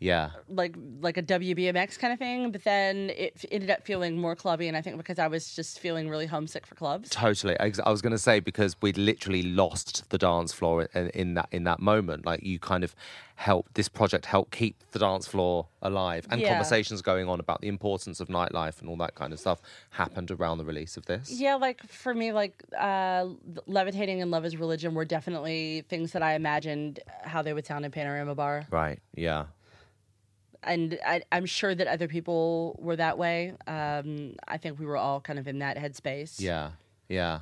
Speaker 1: Yeah.
Speaker 2: like like a WBMX kind of thing. But then it f- ended up feeling more clubby, and I think because I was just feeling really homesick for clubs.
Speaker 1: Totally. Ex- I was going to say because we literally lost the dance floor in, in that in that moment. Like you kind of helped this project help keep the dance floor alive and
Speaker 2: Yeah.
Speaker 1: conversations going on about the importance of nightlife and all that kind of stuff happened around the release of this.
Speaker 2: Yeah, like for me, like uh, levitating and love is religion were definitely things that I imagined how they would sound in Panorama Bar,
Speaker 1: Right. Yeah.
Speaker 2: and I, I'm sure that other people were that way. Um, I think we were all kind of in that headspace.
Speaker 1: Yeah, yeah.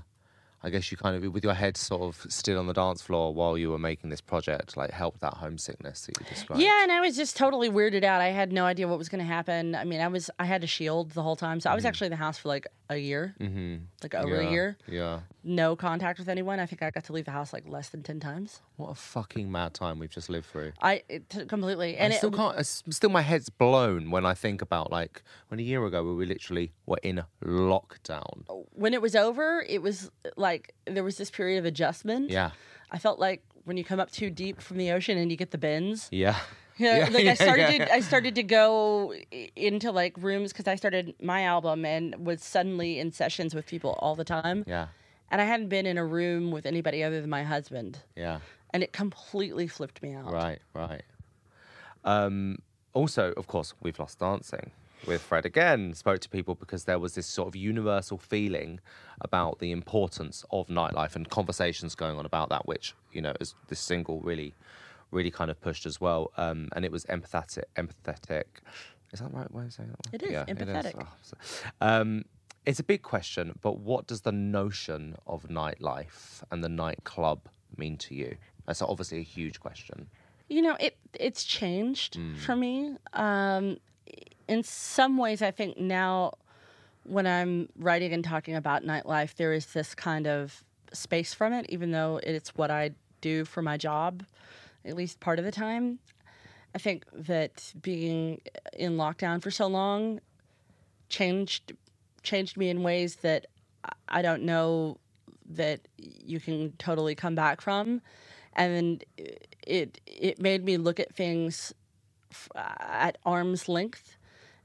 Speaker 1: I guess you kind of, with your head sort of still on the dance floor while you were making this project, like help that homesickness that you described.
Speaker 2: Yeah, and I was just totally weirded out. I had no idea what was going to happen. I mean, I was I had a shield the whole time, so I was actually in the house for like a year, mm-hmm. like over
Speaker 1: Mm-hmm. yeah,
Speaker 2: a year,
Speaker 1: Yeah.
Speaker 2: no contact with anyone. I think I got to leave the house like less than ten times.
Speaker 1: What a fucking mad time we've just lived through.
Speaker 2: I it, t- completely and
Speaker 1: I
Speaker 2: it,
Speaker 1: still can't. I s- Still, my head's blown when I think about like when a year ago we were literally were in lockdown.
Speaker 2: when it was over, it was like there was this period of adjustment.
Speaker 1: Yeah,
Speaker 2: I felt like when you come up too deep from the ocean and you get the bends.
Speaker 1: yeah,
Speaker 2: Yeah,
Speaker 1: Yeah,
Speaker 2: like
Speaker 1: yeah,
Speaker 2: I started,
Speaker 1: yeah.
Speaker 2: to, I started to go i- into like rooms because I started my album and was suddenly in sessions with people all the time.
Speaker 1: yeah,
Speaker 2: and I hadn't been in a room with anybody other than my husband,
Speaker 1: yeah.
Speaker 2: and it completely flipped me out.
Speaker 1: Right, right. Um, also, of course, we've lost dancing with Fred again. Spoke to people because there was this sort of universal feeling about the importance of nightlife and conversations going on about that, which you know, is this single really, really kind of pushed as well. Um, and it was empathetic, empathetic. Is that right? Why am I saying that?
Speaker 2: It is, empathetic.
Speaker 1: Oh, so- um, it's a big question, but what does the notion of nightlife and the nightclub mean to you? That's obviously a huge question.
Speaker 2: You know, it it's changed for me. Um, in some ways, I think now when I'm writing and talking about nightlife, there is this kind of space from it, even though it's what I do for my job, at least part of the time. I think that being in lockdown for so long changed changed me in ways that I- I don't know that you can totally come back from, and it it made me look at things f- uh, at arm's length,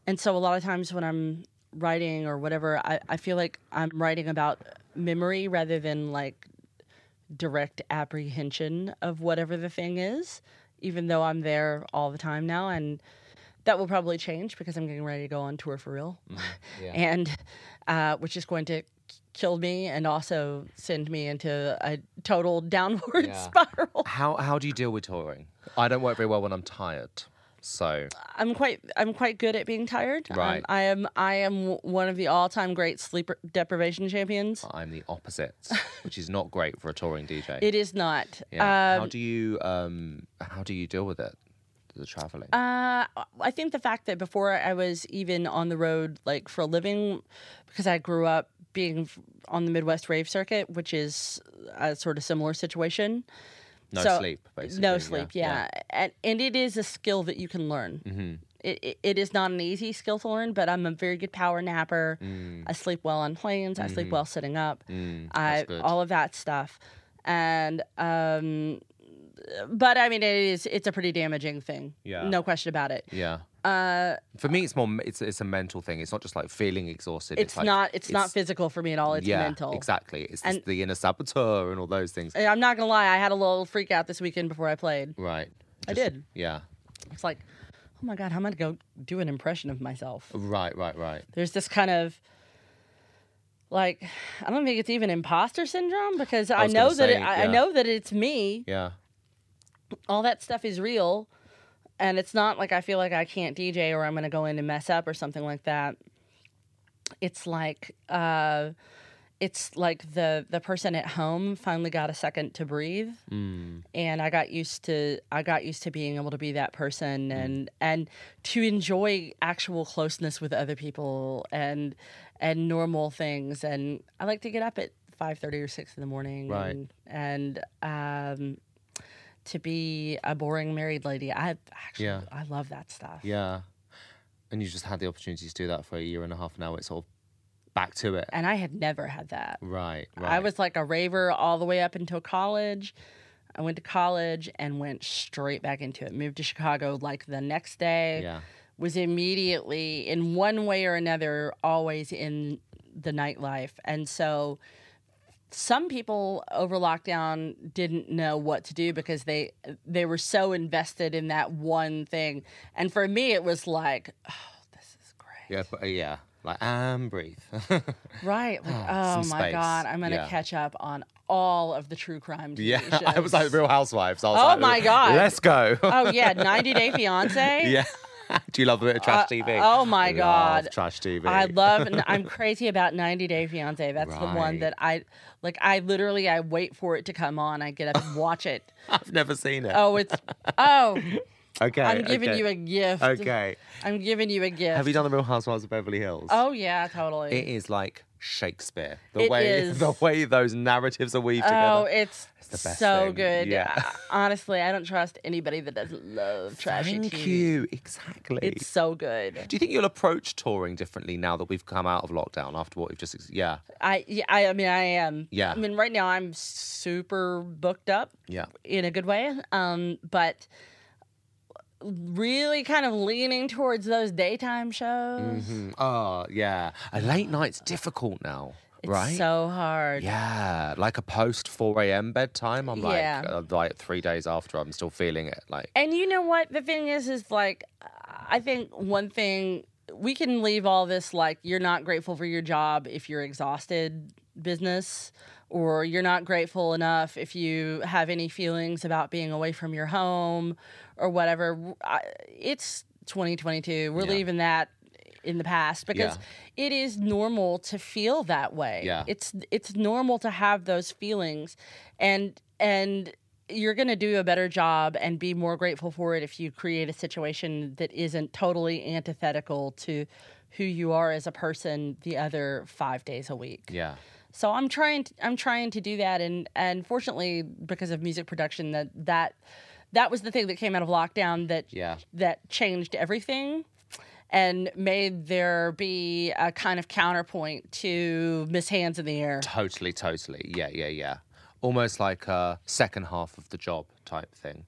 Speaker 2: and so a lot of times when I'm writing or whatever, I, I feel like I'm writing about memory rather than like direct apprehension of whatever the thing is, even though I'm there all the time now. And that will probably change because I'm getting ready to go on tour for real, and uh, which is going to k- kill me and also send me into a total downward spiral.
Speaker 1: How how do you deal with touring? I don't work very well when I'm tired. So
Speaker 2: I'm quite I'm quite good at being tired. Um,
Speaker 1: Right.
Speaker 2: I am I am w- one of the all-time great sleep deprivation champions.
Speaker 1: I'm the opposite, which is not great for a touring DJ.
Speaker 2: It is not.
Speaker 1: yeah. how do you um how do you deal with it? The traveling.
Speaker 2: Uh, I think the fact that before I was even on the road, like for a living, because I grew up being f- on the Midwest rave circuit, which is a sort of similar situation.
Speaker 1: no
Speaker 2: so-
Speaker 1: sleep, basically.
Speaker 2: no sleep, yeah. And, and it is a skill that you can learn.
Speaker 1: Mm-hmm.
Speaker 2: It, it, it is not an easy skill to learn, but I'm a very good power napper.
Speaker 1: Mm.
Speaker 2: I sleep well on planes. I sleep well sitting up. I,
Speaker 1: Mm-hmm. good.
Speaker 2: all of that stuff. And um, but I mean, it is it's a pretty damaging thing.
Speaker 1: Yeah.
Speaker 2: No question about it.
Speaker 1: Yeah.
Speaker 2: Uh,
Speaker 1: For me, it's more it's it's a mental thing. It's not just like feeling exhausted.
Speaker 2: it's
Speaker 1: like,
Speaker 2: not. It's, not physical for me at all. It's
Speaker 1: yeah,
Speaker 2: mental.
Speaker 1: exactly. It's
Speaker 2: And-
Speaker 1: this, the inner saboteur and all those things.
Speaker 2: And I'm not gonna lie. I had a little freak out this weekend before I played.
Speaker 1: right.
Speaker 2: I
Speaker 1: Just-
Speaker 2: did.
Speaker 1: Yeah.
Speaker 2: It's like, oh my god, how am I gonna go do an impression of myself?
Speaker 1: Right. Right. Right.
Speaker 2: There's this kind of like I don't think it's even imposter syndrome because I,
Speaker 1: was gonna
Speaker 2: know that it,
Speaker 1: say,
Speaker 2: I I
Speaker 1: yeah.
Speaker 2: know that it's me.
Speaker 1: Yeah.
Speaker 2: all that stuff is real and it's not like i feel like i can't dj or i'm going to go in and mess up or something like that it's like uh it's like the the person at home finally got a second to breathe and i got used to i got used to being able to be that person and and to enjoy actual closeness with other people and and normal things and i like to get up at 5.30 or 6 in the morning
Speaker 1: Right.
Speaker 2: and, and um to be a boring married lady. I actually
Speaker 1: Yeah.
Speaker 2: I love that stuff.
Speaker 1: Yeah. And you just had the opportunity to do that for a year and a half. Now it's all back to it.
Speaker 2: And I had never had that.
Speaker 1: Right. Right.
Speaker 2: I was like a raver all the way up until college. I went to college and went straight back into it. Moved to Chicago like the next day.
Speaker 1: Yeah.
Speaker 2: Was immediately in one way or another always in the nightlife. And so some people over lockdown didn't know what to do because they they were so invested in that one thing. And for me it was like, oh, this is great.
Speaker 1: Yeah. But, uh, yeah. Like and breathe.
Speaker 2: Right. Like,
Speaker 1: Ah, some
Speaker 2: oh my
Speaker 1: space.
Speaker 2: God, I'm going to
Speaker 1: Yeah.
Speaker 2: catch up on all of the true crime TV
Speaker 1: yeah.
Speaker 2: shows.
Speaker 1: I was like Real Housewives. I was
Speaker 2: Oh
Speaker 1: like,
Speaker 2: my God.
Speaker 1: Let's go.
Speaker 2: oh yeah, 90 Day Fiance.
Speaker 1: yeah. do you love a bit of trash TV?
Speaker 2: oh my
Speaker 1: Love
Speaker 2: God.
Speaker 1: Trash TV.
Speaker 2: I love. n- I'm crazy about 90 Day Fiance. That's the one
Speaker 1: Right.
Speaker 2: that I like. I literally I wait for it to come on. I get up and watch it.
Speaker 1: I've never seen it.
Speaker 2: Oh, it's oh.
Speaker 1: okay.
Speaker 2: I'm giving
Speaker 1: okay.
Speaker 2: you a gift.
Speaker 1: Okay.
Speaker 2: I'm giving you a gift.
Speaker 1: Have you done the Real Housewives of Beverly Hills?
Speaker 2: Oh yeah, totally.
Speaker 1: It is like Shakespeare. The
Speaker 2: It
Speaker 1: way
Speaker 2: is.
Speaker 1: the way those narratives are weaved
Speaker 2: Oh,
Speaker 1: together.
Speaker 2: it's,
Speaker 1: the best
Speaker 2: so
Speaker 1: thing.
Speaker 2: good.
Speaker 1: Yeah.
Speaker 2: I- honestly, I don't trust anybody that doesn't love trashy
Speaker 1: Thank
Speaker 2: TV.
Speaker 1: you. Exactly.
Speaker 2: It's so good.
Speaker 1: Do you think you'll approach touring differently now that we've come out of lockdown after what we've just ex- yeah.
Speaker 2: I yeah, I, I mean I am.
Speaker 1: Yeah.
Speaker 2: I mean right now I'm super booked up
Speaker 1: Yeah.
Speaker 2: in a good way. Um but really kind of leaning towards those daytime shows.
Speaker 1: Mhm. Oh, yeah. A late night's difficult now,
Speaker 2: It's
Speaker 1: right?
Speaker 2: so hard.
Speaker 1: yeah, like a post 4 a.m. bedtime. I'm like,
Speaker 2: Yeah.
Speaker 1: uh, like three days after, I'm still feeling it. Like,
Speaker 2: And you know what? The thing is, is like, I think one thing we can leave all this like, you're not grateful for your job if you're exhausted business, or you're not grateful enough if you have any feelings about being away from your home or whatever. I, it's 2022. We're
Speaker 1: Yeah.
Speaker 2: leaving that in the past because it is normal to feel that way
Speaker 1: Yeah.
Speaker 2: it's it's normal to have those feelings and and you're going to do a better job and be more grateful for it if you create a situation that isn't totally antithetical to who you are as a person the other 5 days a week.
Speaker 1: yeah.
Speaker 2: So I'm trying to, I'm trying to do that and and fortunately because of music production that that that was the thing that came out of lockdown that
Speaker 1: Yeah.
Speaker 2: that changed everything and made there be a kind of counterpoint to Miss Hands in the Air.
Speaker 1: Totally, totally. Yeah, yeah, yeah. Almost like a second half of the job type thing.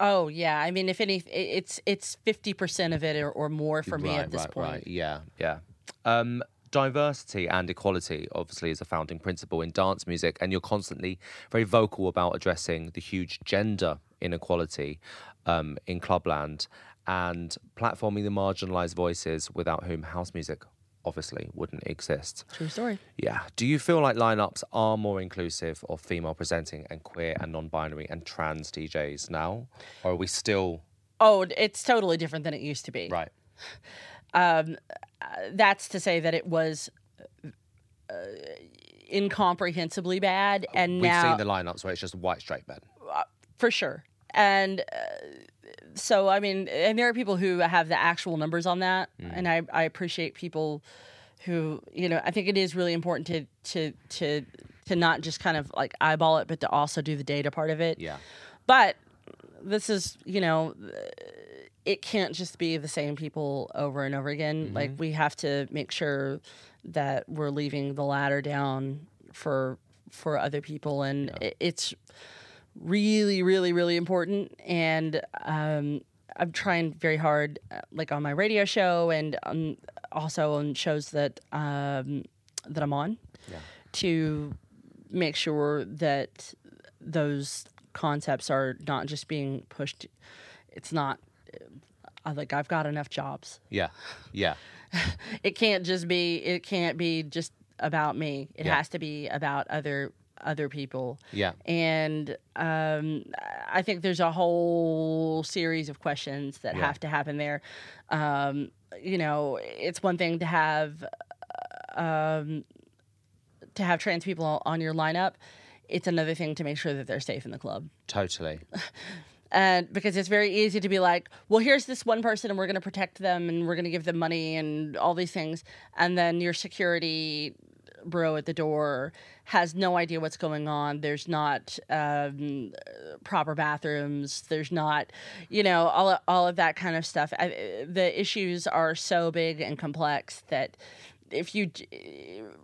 Speaker 2: Oh yeah, I mean if any it- it's it's 50% of it or, or more for me at this
Speaker 1: right,
Speaker 2: point.
Speaker 1: Right. Yeah, yeah. Um, diversity and equality, obviously, is a founding principle in dance music, and you're constantly very vocal about addressing the huge gender inequality um, in clubland and platforming the marginalized voices without whom house music obviously wouldn't exist.
Speaker 2: True story.
Speaker 1: Yeah. Do you feel like lineups are more inclusive of female presenting and queer and non-binary and trans DJs now? Or are we still
Speaker 2: Oh, it's totally different than it used to be.
Speaker 1: right?
Speaker 2: that's to say that it was uh, incomprehensibly bad, and
Speaker 1: Uh, We've
Speaker 2: now
Speaker 1: seen the lineups where it's just white straight men.
Speaker 2: for sure. And uh, so, I mean, and there are people who have the actual numbers on that,
Speaker 1: Mm.
Speaker 2: and I, I appreciate people who, you know, I think it is really important to to to to not just kind of like eyeball it, but to also do the data part of it.
Speaker 1: Yeah.
Speaker 2: But this is, you know, it can't just be the same people over and over again. Like we have to make sure that we're leaving the ladder down for for other people, and i it's really, really, really important. And um, I'm trying very hard, uh, like on my radio show and on, also on shows that um, that I'm on, to make sure that those concepts are not just being pushed. It's not. uh, I like I've got enough jobs.
Speaker 1: Yeah. Yeah.
Speaker 2: It can't just be. It can't be just about me. It
Speaker 1: Yeah.
Speaker 2: has to be about other other people
Speaker 1: Yeah.
Speaker 2: and um, I think there's a whole series of questions that have to happen there. Um, you know, it's one thing to have um, to have trans people on your lineup. It's another thing to make sure that they're safe in the club,
Speaker 1: Totally.
Speaker 2: and because it's very easy to be like, "Well, here's this one person, and we're going to protect them, and we're going to give them money, and all these things," and then your security bro at the door has no idea what's going on. There's not um, proper bathrooms. There's not, you know, all all of that kind of stuff. I, the issues are so big and complex that if you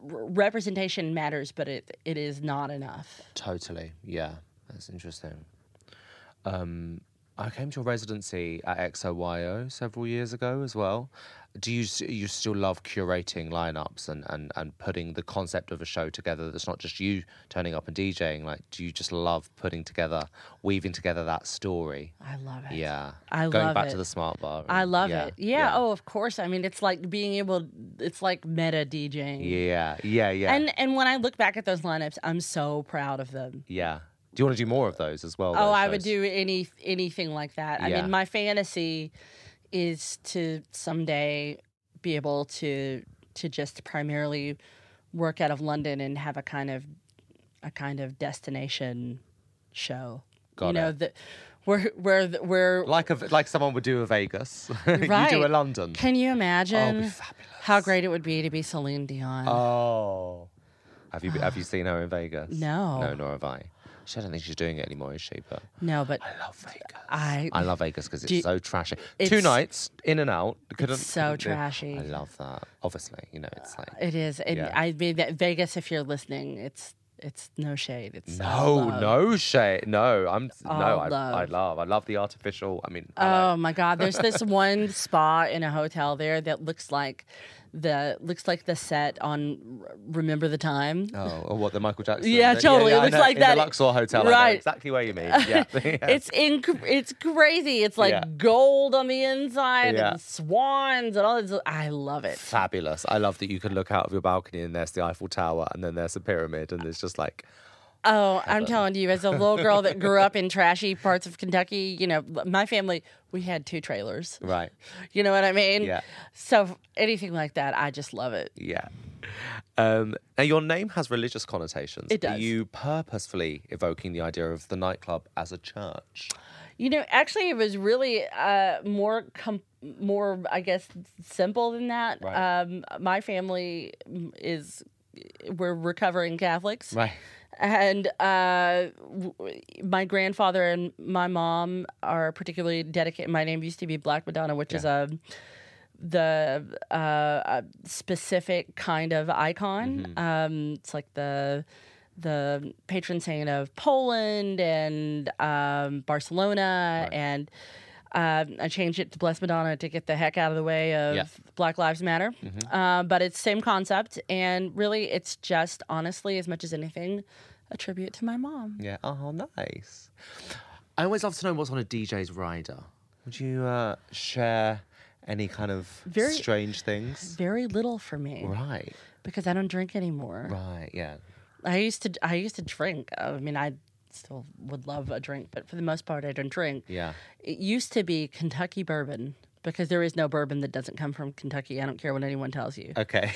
Speaker 2: representation matters, but it it is not enough.
Speaker 1: Totally. Yeah. That's interesting. Um, I came to your residency at XOYO several years ago as well. Do you s- you still love curating lineups and, and, and putting the concept of a show together that's not just you turning up and DJing? Like, do you just love putting together, weaving together that story?
Speaker 2: I love it.
Speaker 1: Yeah.
Speaker 2: I
Speaker 1: Going
Speaker 2: love
Speaker 1: back to
Speaker 2: it.
Speaker 1: the smart bar.
Speaker 2: I
Speaker 1: and-
Speaker 2: love it. Yeah, Oh, of course. I mean, it's like being able. It's like meta DJing.
Speaker 1: Yeah. Yeah. Yeah.
Speaker 2: And and when I look back at those lineups, I'm so proud of them.
Speaker 1: yeah. Do you want to do more of those as well?
Speaker 2: Oh,
Speaker 1: those
Speaker 2: I would
Speaker 1: shows?
Speaker 2: do any anything like that. I
Speaker 1: Yeah.
Speaker 2: mean, my fantasy is to someday be able to to just primarily work out of London and have a kind of a kind of destination show. you
Speaker 1: Got
Speaker 2: know
Speaker 1: it.
Speaker 2: that where where the- where
Speaker 1: like a, like someone would do a Vegas.
Speaker 2: right.
Speaker 1: you do a London.
Speaker 2: Can you imagine
Speaker 1: Oh, fabulous.
Speaker 2: how great it would be to be Celine Dion?
Speaker 1: Oh. Have you have you seen her in Vegas?
Speaker 2: No.
Speaker 1: No, nor have I. She, I don't think she's doing it anymore, is she? But
Speaker 2: no, but
Speaker 1: I love Vegas.
Speaker 2: I
Speaker 1: I love Vegas because it's
Speaker 2: Do-
Speaker 1: so trashy. Two
Speaker 2: it's-
Speaker 1: nights in and out. Couldn't,
Speaker 2: so
Speaker 1: couldn't do-
Speaker 2: trashy.
Speaker 1: I love that. Obviously, you know, it's like
Speaker 2: It is. And
Speaker 1: Yeah.
Speaker 2: I mean that Vegas. If you're listening, it's it's no shade. It's all
Speaker 1: no,
Speaker 2: love.
Speaker 1: no shade. No, I'm no.
Speaker 2: all
Speaker 1: I,
Speaker 2: love.
Speaker 1: I love. I love the artificial. I mean, I like-
Speaker 2: Oh my God! There's this one spa in a hotel there that looks like the looks like the set on R- Remember the Time.
Speaker 1: oh, or what the Michael Jackson?
Speaker 2: Yeah, totally. It
Speaker 1: I
Speaker 2: looks
Speaker 1: know.
Speaker 2: like
Speaker 1: in
Speaker 2: that.
Speaker 1: The Luxor Hotel. I know
Speaker 2: Right.
Speaker 1: exactly where you mean. Yeah,
Speaker 2: It's in, it's crazy. It's like
Speaker 1: Yeah.
Speaker 2: gold on the inside
Speaker 1: Yeah.
Speaker 2: and swans and all this. I love it.
Speaker 1: fabulous. I love that you can look out of your balcony and there's the Eiffel Tower and then there's a pyramid and it's just like
Speaker 2: Oh, I'm telling you, as a little girl that grew up in trashy parts of Kentucky, you know, my family we had two trailers.
Speaker 1: right.
Speaker 2: You know what I mean?
Speaker 1: Yeah.
Speaker 2: So anything like that, I just love it.
Speaker 1: Yeah. Um, now your name has religious connotations.
Speaker 2: It
Speaker 1: Are
Speaker 2: does.
Speaker 1: you purposefully evoking the idea of the nightclub as a church?
Speaker 2: You know, actually, it was really uh, more, com- more, I guess, simple than that.
Speaker 1: Right.
Speaker 2: Um, my family is we're recovering Catholics,
Speaker 1: Right.
Speaker 2: and uh, w- my grandfather and my mom are particularly dedicated. My name used to be Black Madonna, which is a the uh, a specific kind of icon.
Speaker 1: Mm-hmm.
Speaker 2: Um, it's like the the patron saint of Poland and um, Barcelona, and um, I changed it to Blessed Madonna to get the heck out of the way of
Speaker 1: Yeah. Mm-hmm.
Speaker 2: Black Lives Matter. Uh, but it's same concept, and really, it's just honestly, as much as anything, a tribute to my mom.
Speaker 1: Yeah. Oh, nice. I always love to know what's on a DJ's rider. Would you uh, share any kind of
Speaker 2: Very-
Speaker 1: strange things?
Speaker 2: Very little for me
Speaker 1: Right.
Speaker 2: because I don't drink anymore.
Speaker 1: Right. Yeah.
Speaker 2: I used to I used to drink. I mean, I still would love a drink, but for the most part, I don't drink.
Speaker 1: Yeah.
Speaker 2: It used to be Kentucky bourbon because there is no bourbon that doesn't come from Kentucky. I don't care what anyone tells you.
Speaker 1: Okay.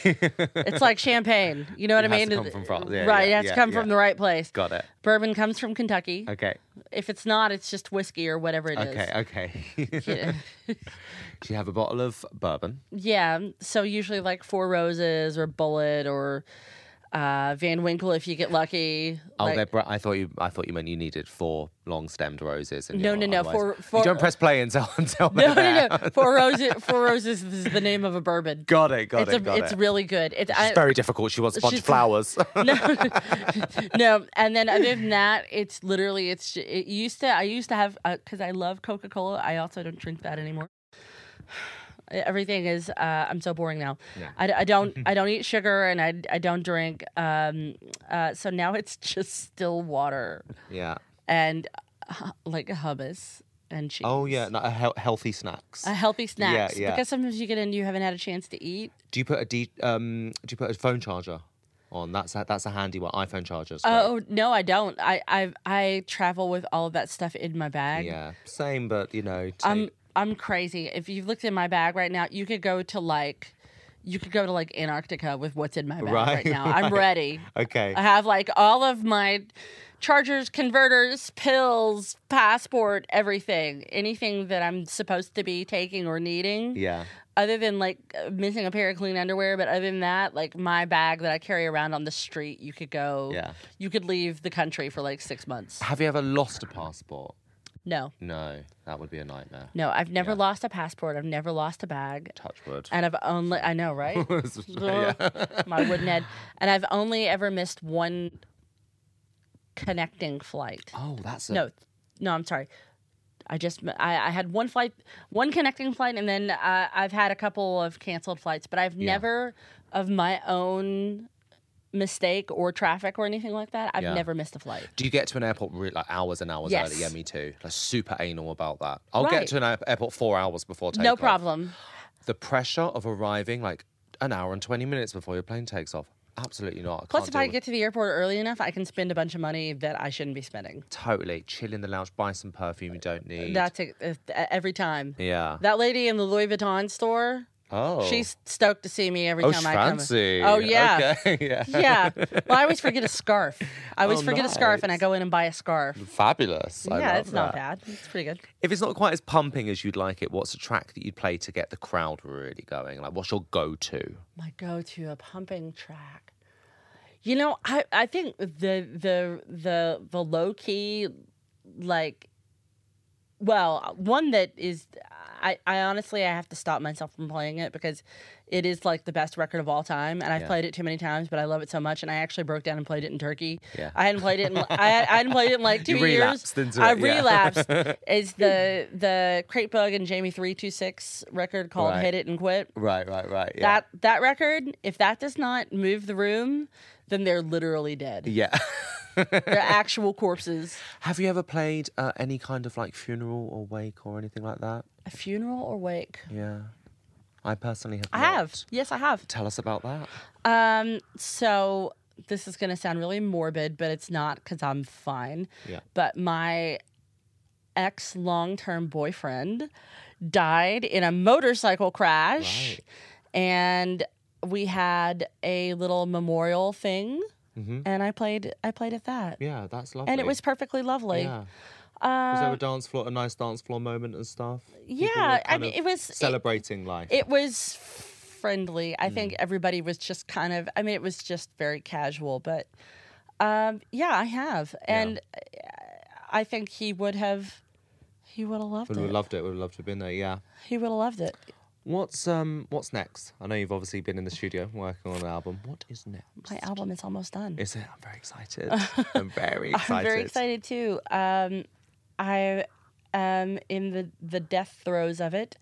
Speaker 2: It's like champagne. You know what
Speaker 1: It
Speaker 2: I
Speaker 1: has
Speaker 2: mean?
Speaker 1: to come from France. Yeah,
Speaker 2: right.
Speaker 1: yeah,
Speaker 2: it has
Speaker 1: yeah,
Speaker 2: to come
Speaker 1: yeah.
Speaker 2: from the right place.
Speaker 1: Got it.
Speaker 2: Bourbon comes from Kentucky.
Speaker 1: Okay.
Speaker 2: If it's not, it's just whiskey or whatever it is.
Speaker 1: Okay. Okay. Do you have a bottle of bourbon?
Speaker 2: Yeah. So usually like Four Roses or Bullet or uh, Van Winkle if you get lucky.
Speaker 1: Oh,
Speaker 2: like-
Speaker 1: they're br- I thought you. I thought you meant you needed four long-stemmed roses. And
Speaker 2: No,
Speaker 1: you're
Speaker 2: no,
Speaker 1: like,
Speaker 2: no,
Speaker 1: otherwise-
Speaker 2: for-
Speaker 1: You
Speaker 2: for-
Speaker 1: don't press play until until they're
Speaker 2: no, no,
Speaker 1: there.
Speaker 2: no. Four roses. Four roses is the name of a bourbon.
Speaker 1: Got it. Got
Speaker 2: it's
Speaker 1: it.
Speaker 2: a,
Speaker 1: got
Speaker 2: it's
Speaker 1: it.
Speaker 2: really good. It's
Speaker 1: It's very difficult. She wants sponge
Speaker 2: she's-
Speaker 1: flowers.
Speaker 2: no, no. And then other than that, it's literally it's ju- it used to I used to have because I love Coca Cola. I also don't drink that anymore. Everything is uh, I'm so boring now. I, d- I don't I don't eat sugar and I I don't drink. Um, uh, so now it's just still water
Speaker 1: yeah.
Speaker 2: and uh, like hummus and cheese.
Speaker 1: Oh yeah. No, a hel- healthy snacks.
Speaker 2: A healthy snacks
Speaker 1: yeah.
Speaker 2: because sometimes you get in you haven't had a chance to eat.
Speaker 1: do you put a D, um? Do you put a phone charger on? That's a, that's a handy one. iPhone chargers.
Speaker 2: Oh no, I don't. I I I travel with all of that stuff in my bag.
Speaker 1: yeah. Same, but you know. Take,
Speaker 2: I'm I'm crazy. If you've looked in my bag right now, you could go to like you could go to like Antarctica with what's in my bag right,
Speaker 1: Right,
Speaker 2: now. I'm ready.
Speaker 1: okay.
Speaker 2: I have like all of my chargers, converters, pills, passport, everything, anything that I'm supposed to be taking or needing.
Speaker 1: yeah.
Speaker 2: Other than like missing a pair of clean underwear, but other than that, like my bag that I carry around on the street, you could go.
Speaker 1: Yeah.
Speaker 2: You could leave the country for like six months.
Speaker 1: Have you ever lost a passport?
Speaker 2: No.
Speaker 1: No, that would be a nightmare.
Speaker 2: No, I've never lost a passport. I've never lost a bag.
Speaker 1: Touch wood.
Speaker 2: And I've only, I know, right? Ugh, My wooden head. And I've only ever missed one connecting flight.
Speaker 1: oh, that's a,
Speaker 2: No, no, I'm sorry. I just, I, I had one flight, one connecting flight, and then uh, I've had a couple of canceled flights, but I've never, of my own mistake or traffic or anything like that, I've
Speaker 1: Yeah.
Speaker 2: never missed a flight.
Speaker 1: Do you get to an airport re- like hours and hours
Speaker 2: Yes.
Speaker 1: early? Yeah, me too. Like super anal about that. I'll
Speaker 2: Right.
Speaker 1: get to an air- airport four hours before takeoff.
Speaker 2: No problem.
Speaker 1: The pressure of arriving like an hour and twenty minutes before your plane takes off. Absolutely not. I
Speaker 2: Plus,
Speaker 1: can't
Speaker 2: if
Speaker 1: deal
Speaker 2: I
Speaker 1: with-
Speaker 2: get to the airport early enough, I can spend a bunch of money that I shouldn't be spending.
Speaker 1: totally chill in the lounge, buy some perfume you don't need.
Speaker 2: That's it, uh, every time.
Speaker 1: yeah.
Speaker 2: That lady in the Louis Vuitton store,
Speaker 1: oh,
Speaker 2: she's stoked to see me every
Speaker 1: oh,
Speaker 2: time
Speaker 1: she's
Speaker 2: I
Speaker 1: fancy.
Speaker 2: come. Oh yeah.
Speaker 1: Okay. yeah.
Speaker 2: yeah. Well, I always forget a scarf. I always
Speaker 1: Oh,
Speaker 2: forget a scarf and I
Speaker 1: nice.
Speaker 2: go in and buy a scarf.
Speaker 1: Fabulous. I
Speaker 2: yeah,
Speaker 1: love
Speaker 2: it's not
Speaker 1: that.
Speaker 2: bad. It's pretty good.
Speaker 1: If it's not quite as pumping as you'd like it, what's a track that you'd play to get the crowd really going? Like, what's your go-to?
Speaker 2: My go to a pumping track. You know, I, I think the the the the low key like well, one that is I, I honestly I have to stop myself from playing it because it is like the best record of all time and I've played it too many times but I love it so much and I actually broke down and played it in Turkey.
Speaker 1: Yeah.
Speaker 2: I hadn't played it in I, I hadn't played it in like 2
Speaker 1: You relapsed
Speaker 2: years.
Speaker 1: into
Speaker 2: I
Speaker 1: it, yeah.
Speaker 2: relapsed. It's the the Crate Bug and Jamie 326 record called
Speaker 1: Right.
Speaker 2: Hit It and Quit.
Speaker 1: Right, right, right. Yeah.
Speaker 2: That that record, if that does not move the room, then they're literally dead.
Speaker 1: Yeah.
Speaker 2: They're actual corpses.
Speaker 1: Have you ever played uh, any kind of like funeral or wake or anything like that?
Speaker 2: A funeral or wake?
Speaker 1: Yeah. I personally have.
Speaker 2: I
Speaker 1: not.
Speaker 2: have. Yes, I have.
Speaker 1: Tell us about that.
Speaker 2: Um, so this is gonna sound really morbid, but it's not because I'm fine.
Speaker 1: Yeah.
Speaker 2: But my ex long term boyfriend died in a motorcycle crash, and we had a little memorial thing, and I played. I played at that,
Speaker 1: Mm-hmm. Yeah, that's lovely.
Speaker 2: and it was perfectly lovely.
Speaker 1: Yeah. was there a dance floor, a nice dance floor moment and stuff? People
Speaker 2: yeah,
Speaker 1: were
Speaker 2: I
Speaker 1: kind
Speaker 2: mean,
Speaker 1: of
Speaker 2: it was- it-
Speaker 1: celebrating life.
Speaker 2: It was friendly. I
Speaker 1: Mm.
Speaker 2: think everybody was just kind of. I mean, it was just very casual, but um, yeah, I have, and uh, I think he would have. He would have loved
Speaker 1: we would
Speaker 2: it.
Speaker 1: have loved it. We would have loved to have been there. Yeah.
Speaker 2: he would have loved it.
Speaker 1: What's um What's next? I know you've obviously been in the studio working on an album. What is next?
Speaker 2: My album is almost done.
Speaker 1: Is it? I'm very excited. I'm very excited.
Speaker 2: I'm very excited too. Um, I am in the the death throes of it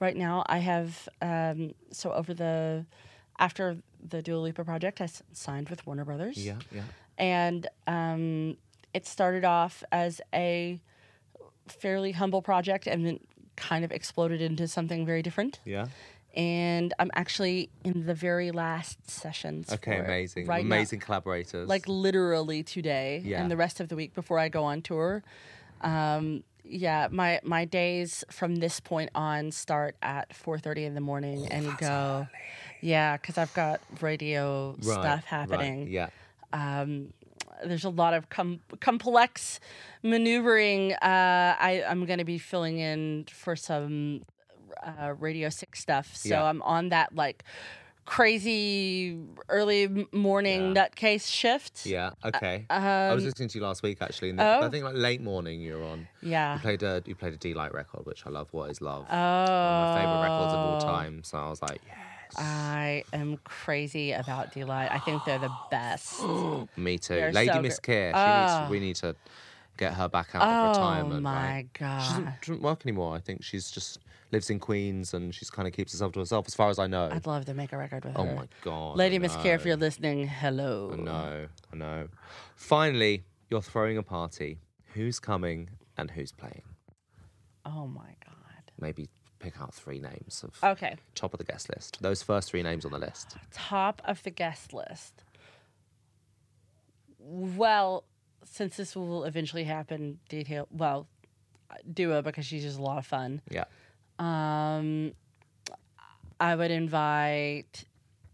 Speaker 2: right now. I have um, so over the after the Dua Lipa project, I s- signed with Warner Brothers.
Speaker 1: Yeah, yeah.
Speaker 2: and um, it started off as a fairly humble project and then kind of exploded into something very different
Speaker 1: Yeah.
Speaker 2: and i'm actually in the very last sessions
Speaker 1: Okay,
Speaker 2: for it
Speaker 1: amazing.
Speaker 2: right now.
Speaker 1: amazing collaborators.
Speaker 2: like literally today
Speaker 1: Yeah.
Speaker 2: and the rest of the week before i go on tour um, yeah my my days from this point on start at 4.30 in the
Speaker 1: Oh,
Speaker 2: morning and go yeah because i've got radio
Speaker 1: Right,
Speaker 2: stuff
Speaker 1: right,
Speaker 2: happening
Speaker 1: yeah.
Speaker 2: um, there's a lot of com- complex maneuvering. Uh, I, I'm going to be filling in for some uh, Radio 6 stuff. So
Speaker 1: Yeah.
Speaker 2: I'm on that like crazy early m- morning nutcase shift.
Speaker 1: Yeah. Okay. I
Speaker 2: um,
Speaker 1: was listening to you last week actually, and the- I think like late morning you were on.
Speaker 2: oh. Yeah.
Speaker 1: You played a you played a D Light record, which I love. What is love? Oh. One of my favorite records of
Speaker 2: Oh.
Speaker 1: all time. So I was like, yes,
Speaker 2: I am crazy about Delight. I think they're the best.
Speaker 1: me too.
Speaker 2: They're
Speaker 1: Lady
Speaker 2: so
Speaker 1: Miss Keir.
Speaker 2: good.
Speaker 1: She needs. We need to get her back out of
Speaker 2: Oh
Speaker 1: retirement.
Speaker 2: my
Speaker 1: right? She
Speaker 2: god.
Speaker 1: doesn't, doesn't work anymore. I think she's just lives in Queens and she's kind of keeps herself to herself, as far as I know.
Speaker 2: I'd love to make a record with
Speaker 1: oh
Speaker 2: her.
Speaker 1: my god,
Speaker 2: Lady
Speaker 1: I
Speaker 2: Miss Care, if
Speaker 1: know.
Speaker 2: you're listening, hello.
Speaker 1: I know, I know. Finally, you're throwing a party. Who's coming and who's playing?
Speaker 2: Oh my god.
Speaker 1: Maybe pick out three names of
Speaker 2: Okay.
Speaker 1: top of the guest list. Those first three names on the list.
Speaker 2: Top of the guest list. Well, since this will eventually happen, detail well, duo because she's just a lot of fun.
Speaker 1: Yeah.
Speaker 2: Um, I would invite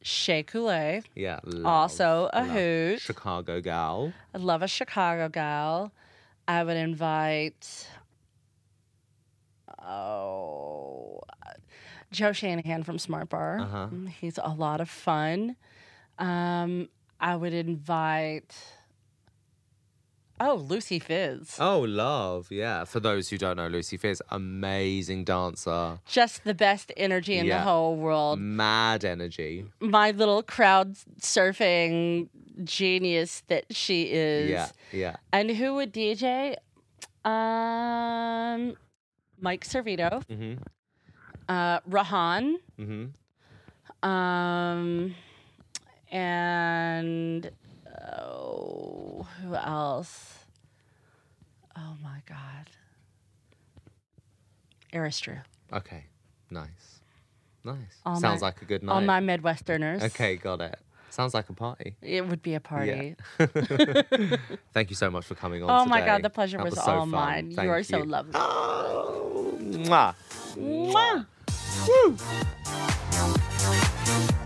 Speaker 2: Shea Coulee.
Speaker 1: Yeah. love,
Speaker 2: Also a
Speaker 1: love.
Speaker 2: hoot.
Speaker 1: Chicago gal.
Speaker 2: I love a Chicago gal. I would invite oh Joe Shanahan from Smart Bar.
Speaker 1: Uh-huh.
Speaker 2: Mm, He's a lot of fun. Um, I would invite oh Lucy Fizz,
Speaker 1: Oh, love. Yeah. For those who don't know, Lucy Fizz, amazing dancer,
Speaker 2: just the best energy in
Speaker 1: Yeah. Mm.
Speaker 2: the whole world.
Speaker 1: mad energy.
Speaker 2: My little crowd surfing genius that she is.
Speaker 1: Yeah. Yeah.
Speaker 2: And who would DJ? Um, Mike Servito,
Speaker 1: Mhm.
Speaker 2: uh, Rahan,
Speaker 1: Mm-hmm.
Speaker 2: um, and oh, who else? Oh my God, Aristru.
Speaker 1: Okay. Nice. Nice.
Speaker 2: All
Speaker 1: Sounds
Speaker 2: my-
Speaker 1: like a good night.
Speaker 2: All my Midwesterners.
Speaker 1: Okay, got it. Sounds like a party.
Speaker 2: It would be a party.
Speaker 1: Thank you so much for coming on.
Speaker 2: Oh my
Speaker 1: today.
Speaker 2: God, the pleasure
Speaker 1: That
Speaker 2: was,
Speaker 1: so
Speaker 2: all
Speaker 1: fun.
Speaker 2: mine.
Speaker 1: Thank
Speaker 2: you are so
Speaker 1: you.
Speaker 2: lovely.
Speaker 1: 음, 아. Oh, mwah.
Speaker 2: Mwah.